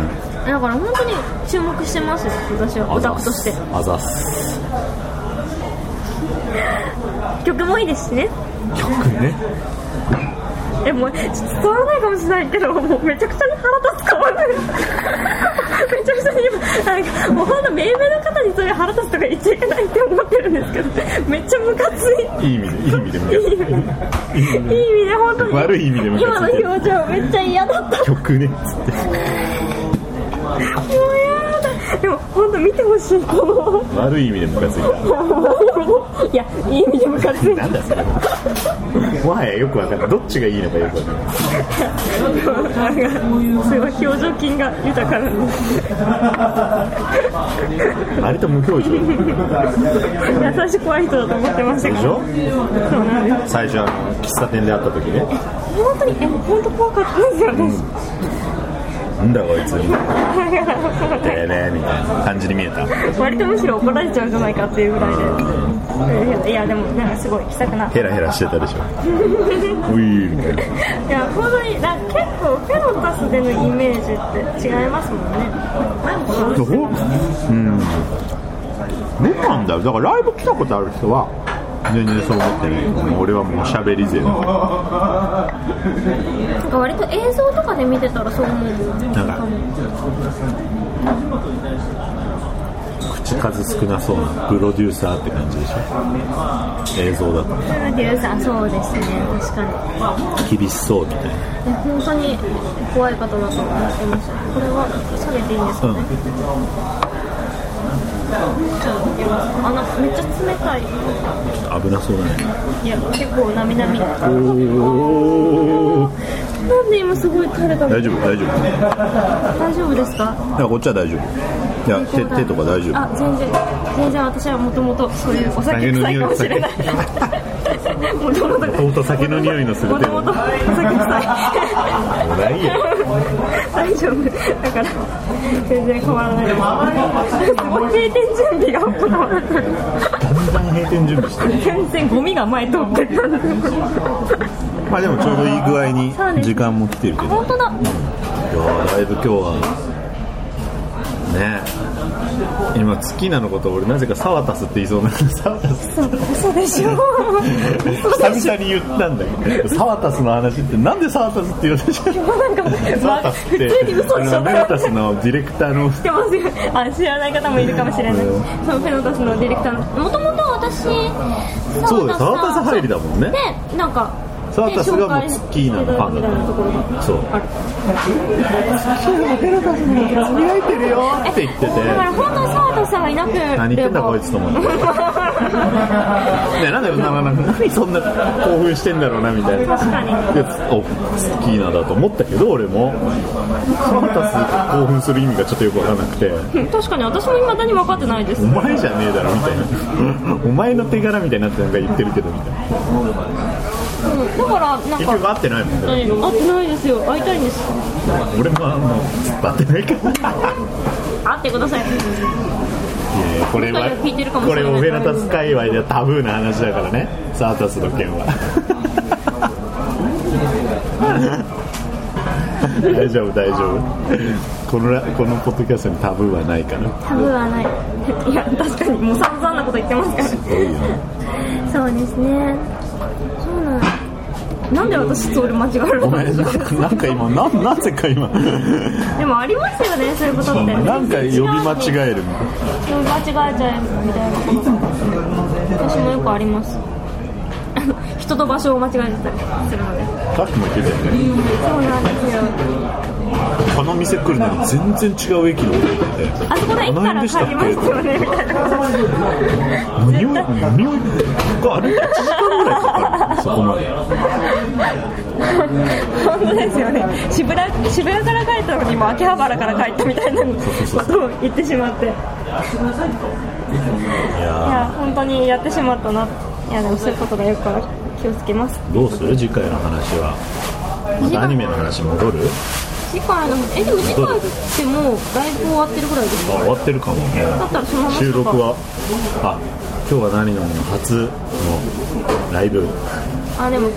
だから本当に注目してます私はオタクとして
あざっす
曲もいいですしね
曲ね
えもうちょっと伝わらないかもしれないけどもうめちゃくちゃに腹立つかもねめちゃくちゃに今なんかもうほんと命名の方にそういう腹立つとか言っちゃいけないって思ってるんですけどめっちゃムカつい
いい意味でいい意味で
いい意味でいい意味で本当に
悪い意味でムカ
今
つ
の
いてる
表情めっちゃ嫌だった
曲ねつって
もうやだでも本当見てほしいこの
悪い意味でムカつい
いや、いい意味でムカつい
たなん だそれもはやよくわかんないどっちがいいのかよくわかんない
すごい表情筋が豊かなんです
割と無表情
優しく怖い人だと思ってました
で
け
し
ど
ょ
そうなんです
最初あの喫茶店で会った時ね
本当にえ本当怖かったんですよね、
なんだこいつみたいなみたいな感じに見えた
割とむしろ怒られちゃうんじゃないかっていうぐらいでいやでもなんかすごい気さくな
ヘラヘラしてたでしょういみたいない
や本当になんか結構ペロタスでのイメージって違いますもんねなんか
どううんどうなんだよだからライブ来たことある人は全然そう思ってない俺はもうおしゃべり勢だか
なんか割と映像とかで見てたらそう思う
ら口数少なそうなプロデューサーって感じでしょ映像だと
プロデューサーそうですね確かに
厳しそうみたいな
え本当に怖い方だと思ってますこれは下げていいんですかね、あなんかめっちゃ冷たい
危なそうだね
いや結構なみなみな
おー
んで今すごい垂れたの
大丈夫大丈夫い
大丈夫ですか
やこっちは大丈夫いや手手とか大丈夫
あ全然全然私はもともとそういうお酒臭いかもしれないもともと
もともと酒の匂いのする
も
程
とも
度
とお酒臭い
もうないよ
大丈夫だから全然変わらないですすごい閉店準備が行われてる
だんだん閉店準備してる
全然ゴミが前通ってた
まあでもちょうどいい具合に時間も来てるけどいや
本当だ
ーだいぶ今日はね今月なのことを俺なぜかサワタスって言いそうになるサワタス
嘘でしょ
久々に言ったんだけどサワタスの話ってなんでサワタスって言われちゃう
なんか、
サワタ
ま、
ス
普
って
通に嘘でし
あ
ょ
のレタスのディレクターの
知ってますよあ知らない方もいるかもしれないそのフェノタスのディレクターのもともと私
そうです
沢田
沢田さん入りだもんね
でなんか
沢田さんがもうツッキーナのファンだからそう開いてるよって言ってて
だから本当に沢田さんがいなく
何言ってんだこいつと思ってねなんでななな何そんな興奮してんだろうなみたいな
確かに
でお好きなだと思ったけど俺もサワタスが興奮する意味がちょっとよくわからなくて
確かに私も未だに分かってないです
お前じゃねえだろみたいなお前の手柄みたいになってなんか言ってるけどみたいな
うんだからなん
結
か
局合ってないもんね
会ってないですよ会いたいんです
俺もあんま合ってないから
会ってください
いやいやこれは
聞いてるかもし
これ
れない
もフェナタス界隈ではタブーな話だからねサータスの件は大丈夫大丈夫このらこのポッドキャストにタブーはないから
タブーはないいや確かにもう散々なこと言ってますから
多いよね
そうですねそうなんなんで私それ間違える
ご
の
めんなんかなんか今ななぜか今
でもありますよねそういうことって
なんか呼び間違えるみたい
呼び間違えちゃうみたいなこと私もよくあります人と場所を間違えちゃったりするので
なさっきも言ってたよね
そうなんですよ
この店来るのに全然違う駅に降りてて
あそこで行ったら帰りましたよねみたいな
匂い匂いがあれ1時間ぐらいかかるそこまで
本当ですよね渋谷渋谷から帰ったのにも秋葉原から帰ったみたいなことを言ってしまっていや本当にやってしまったないやでもそういうことがよくある気をつけます
どうする次回の話はまたアニメの話戻る
次回のえでも次回ってもうだいぶ終わってるぐらいです
あ終わってるかもね
だったらその話とか
収録はあ今日は何々の初のライブ
あでも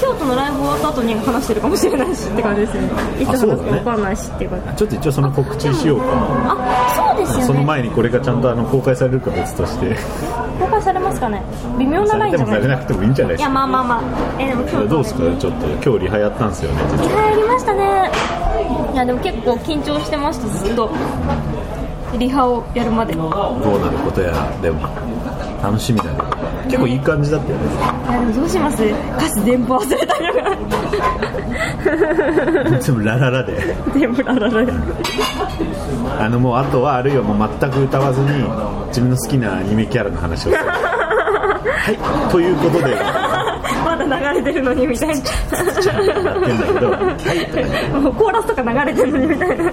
京都のライブ終わった後に話してるかもしれないしって感じですねいつ話すか分かんないしっていう感じ
ちょっと一応その告知しようかな
あそうですよね
その前にこれがちゃんとあの公開されるか別として
公開されますかね微妙な
さ
ラ
れ
イ
て
ンじゃ
も
な
され
い
なくてもいいんじゃない
い
で
や
す
まあまあまあえでも京
か
都
どうですかちょっと今日リハやったんですよね実は
入りましたねいやでも結構緊張してましたずっとリハをやるまでいや
どうなることやらでも楽しみだね結構いい感じだったよ ね
でもどうします歌詞全部忘れたよ
全部ラララで
全部ラララで
あのもうあとはあるいはもう全く歌わずに自分の好きなアニメキャラの話をす るはいということでや
まだ流れてるのにみたい
ってんだけど
なもうコーラスとか流れてるのにみたいな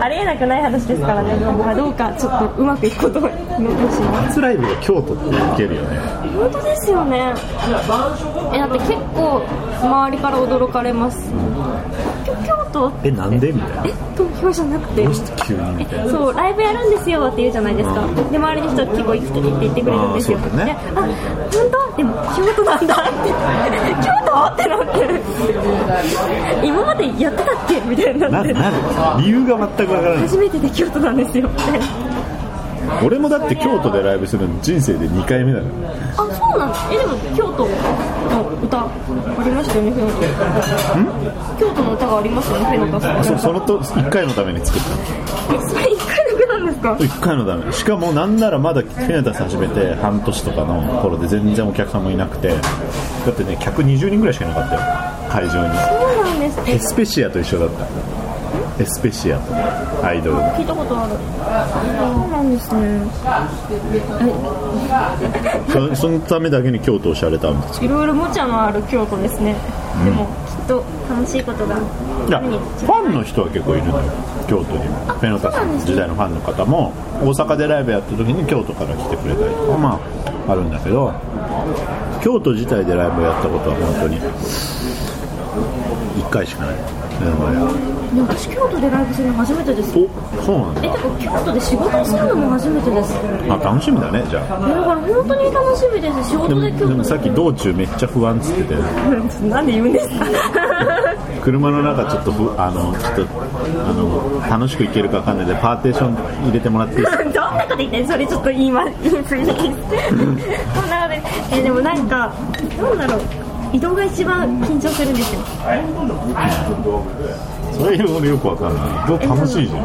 ありえなくない話ですからね、まあ、どうかちょっとうまくいくことを祈ってほしいな
初ライブが京都っていけるよね
本当ですよねえだって結構周りから驚かれます京京都
えなんでみたいな
え投票じゃなくて
どうして急にみたいな
えそうライブやるんですよって言うじゃないですか、で周りの人結構行くって言ってくれるんですよ
あーそうだね
であ本当でも京都なん だって京都ってなって今までやってたっけみたいにな
な
って
なる理由が全くわからない
初めてで京都なんですよみたいな
俺もだって京都でライブするの人生で2回目だか
あそうなんですえでも京都の歌ありましたよねフェノタス京都の歌がありましたよねフェノタス
らそそのと1回のために作った
えそれ一回だけな
なんですか
一回のダメしかもなんならまだフィナタス始めて半年とかの頃で全然お客さんもいなくてだってね客20人ぐらいしかいなかったよ会場に
そうなんです
エ
ね
スペシアと一緒だったエスペシアとアイドル
聞いたことあるそうなんですね
そそのためだけに京都をしゃれたんです
いろいろ無茶のある京都ですね、でもきっと楽しいことが
いやファンの人は結構いるのよ京都にもペノタさん時代のファンの方も大阪でライブやった時に京都から来てくれたりとかまああるんだけど京都自体でライブをやったことは本当に1回しかない目の前は
でも私京都でライブするの初めてです
おそうなん
え
だ
てか京都で仕事をするのも初めてですいや
あ楽しみだねじゃあ
だから本当に楽しみです仕
で
事
も
で京
で
都
もさっき道中めっちゃ不安っつってて
なんで言うんですか
車の中ちょっとふあのちょっとあの楽しく行けるかわかんないんでパーテーション入れてもらっていいですか
どんなこと言ってんのそ れちょっと言いま言い過ぎですそんなことえでもなんかなんだろう移動が一番緊張するんですよ
それ俺よくわかんない移動楽しいじゃん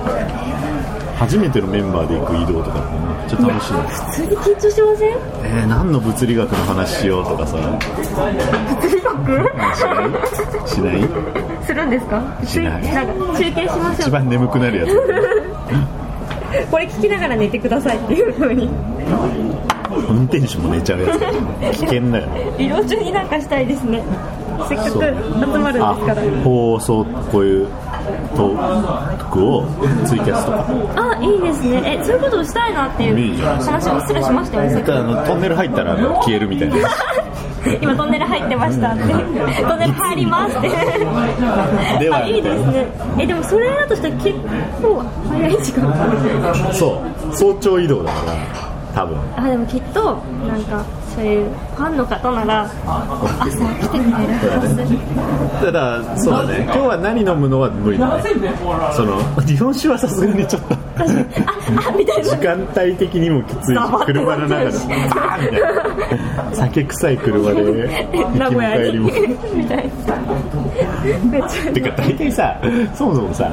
初めてのメンバーで行く移動とかもめっちゃ楽しい
普通に緊張してません
えー、何の物理学の話しようとかさしない
するんですか
しない
んか中継しまし
一
ょう
番眠くなるやつ
これ聞きながら寝てくださいっていうふうに
運転手も寝ちゃうやつ危険だよ
移動中になんかしたいですねせっかく集
そう
まる
あ
んですから
放送こういうトークをツイキャスとか
あいいですねえそういうことをしたいなって
い
い
いうじゃん
話をすぐしましたよ
た
ね
だあのトンネル入ったらあの消えるみたいな
今トンネル入ってました ってトンネル入りますって
では
あいいですねえでもそれだとしたら結構早い時間
そう早朝移動だから多分
あでもきっとなんかそういうファンの方 なら朝来てくれるはず
ただそうだね今日は何飲むのは無理だねその日本酒はさすがにちょっと
ああみたいな
時間帯的にもきついし車の中であーみたいな酒臭い車で
名
行き
古
も
屋
帰り
に
も
みたいなめっちゃ
てか大体さそもそもさ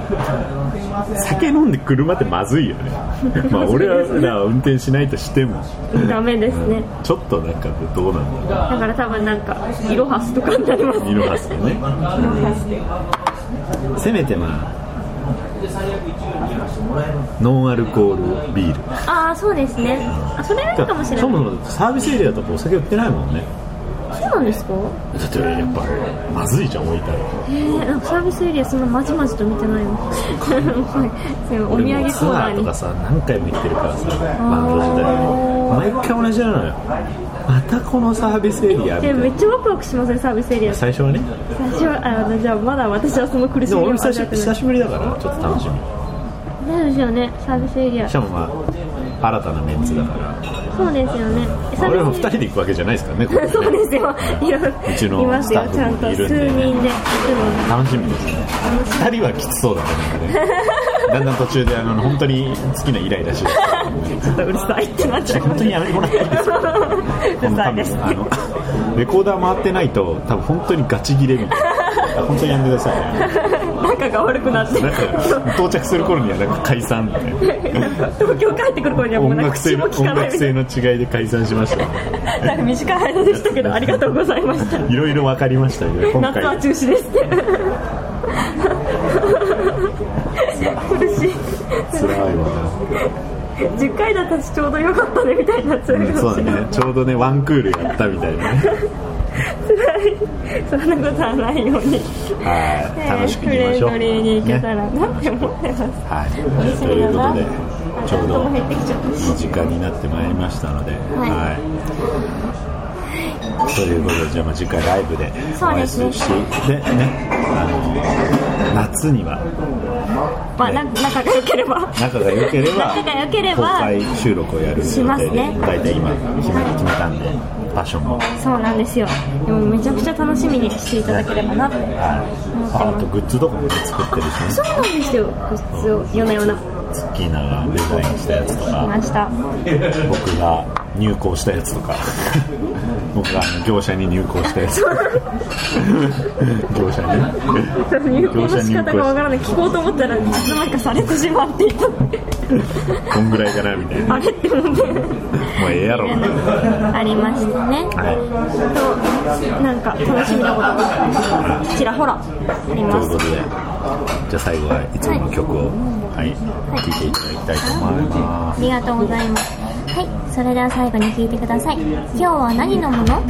酒飲んで車ってまずいよねまあ俺らは運転しないとしても
ダメですね
ちょっとなんかどうなんだろ
だから多分なんかイロハスとかになります
う色はすねせめてまあノンアルコールビール
ああそうですねあそれがいいかもしれない
そもそもサービスエリアとかお酒売ってないもんね
そうなんですか
だってやっぱまずいじゃん置いたら
えー、なんかサービスエリアそんなまじまじと見てないの はいそうお土
俺も
産
ツ
コー
アー
ナー
と
に
かさ何回も行ってるからさバンド時代に毎回同じなのよまたこのサービスエリアみた
で
い
もめっ
な
ちゃワクワクしませんサービスエリア最
最初はね
初はあのじゃあまだ私はその苦し
で
み
も
を
俺も久
味
し
わってな
久
い
しぶりだからちょっと楽しみ
そうですよねサービスエリア
し
そ
かもまあ新たなメンツだから
うですよねサービスエリア
俺らも2人で行くわけじゃないですからねこれ
そうですよいや
ちの
いますよ
スタッフ
ちゃんと
もいるん
数
で
人で行くので
楽しみですね2人はきつそうだねなんかねだんだん途中であの本当に好きなイライラしだして
ちょっとうるさいってなっちゃう
本当にやめてもらっていいですか
うるさいです
あのレコーダー回ってないと多分本当にガチ切れみたいな本当にやめてくださいね
仲が悪くなって
なんか到着する頃にはなんか解散みたいな
東京帰ってくる頃にはもう
音
なんか
楽性
口
の
も
音
聞かない
楽
みた
性
い
の違いで解散しましたね
ななんか短い間でしたけどありがとうございました
いろいろ分かりましたね今
夏は
回
中止です 苦しい
辛いわ
10回だったしちょうどよかったねみたいになっちゃうかもし
そう
れない
だねちょうどねワンクールやったみたいなね
そんなことはないように
はい楽しくいきましょう
フレンドリーに行けた
ね
らなんて思ってます
はいということでちょう
も
ど
入ってきちゃった
いい時間になってまいりましたので、はい。ということで、じゃあまあ次回ライブでお
そう
会
で
い
す
す
ね
るし、でね、あの、夏には
まあな仲が良ければ
仲が良ければ、
仲が良けれ
公
ば
開収録をやる予
します
定で、
ね
大体今決め、決めたんで、場所も、
そうなんですよでもめちゃくちゃ楽しみにしていただければなって思って
はい。ああ
ま
と
す
グッズとかもね作ってるし
そ
ね
う、なんですよ普通夜な夜な
ツッキーナがデザインしたやつと
来
か、
ました
僕が入校したやつとか僕があの業者に入校したやつ業者に
入校の仕方がわからない聞こうと思ったらいつの間にかされてしまっていた
こんぐらいかなみたいな
あれって思って
もうええやろみたいな
ありましたね
はい
となんか楽しみなことがちらほらあり
と
ま
いう
す
ことでじゃあ最後はいつもの曲をはい聴いていただきたいと思いま
ありがとうございますはいそれでは最後に聞いてください今日は何飲むの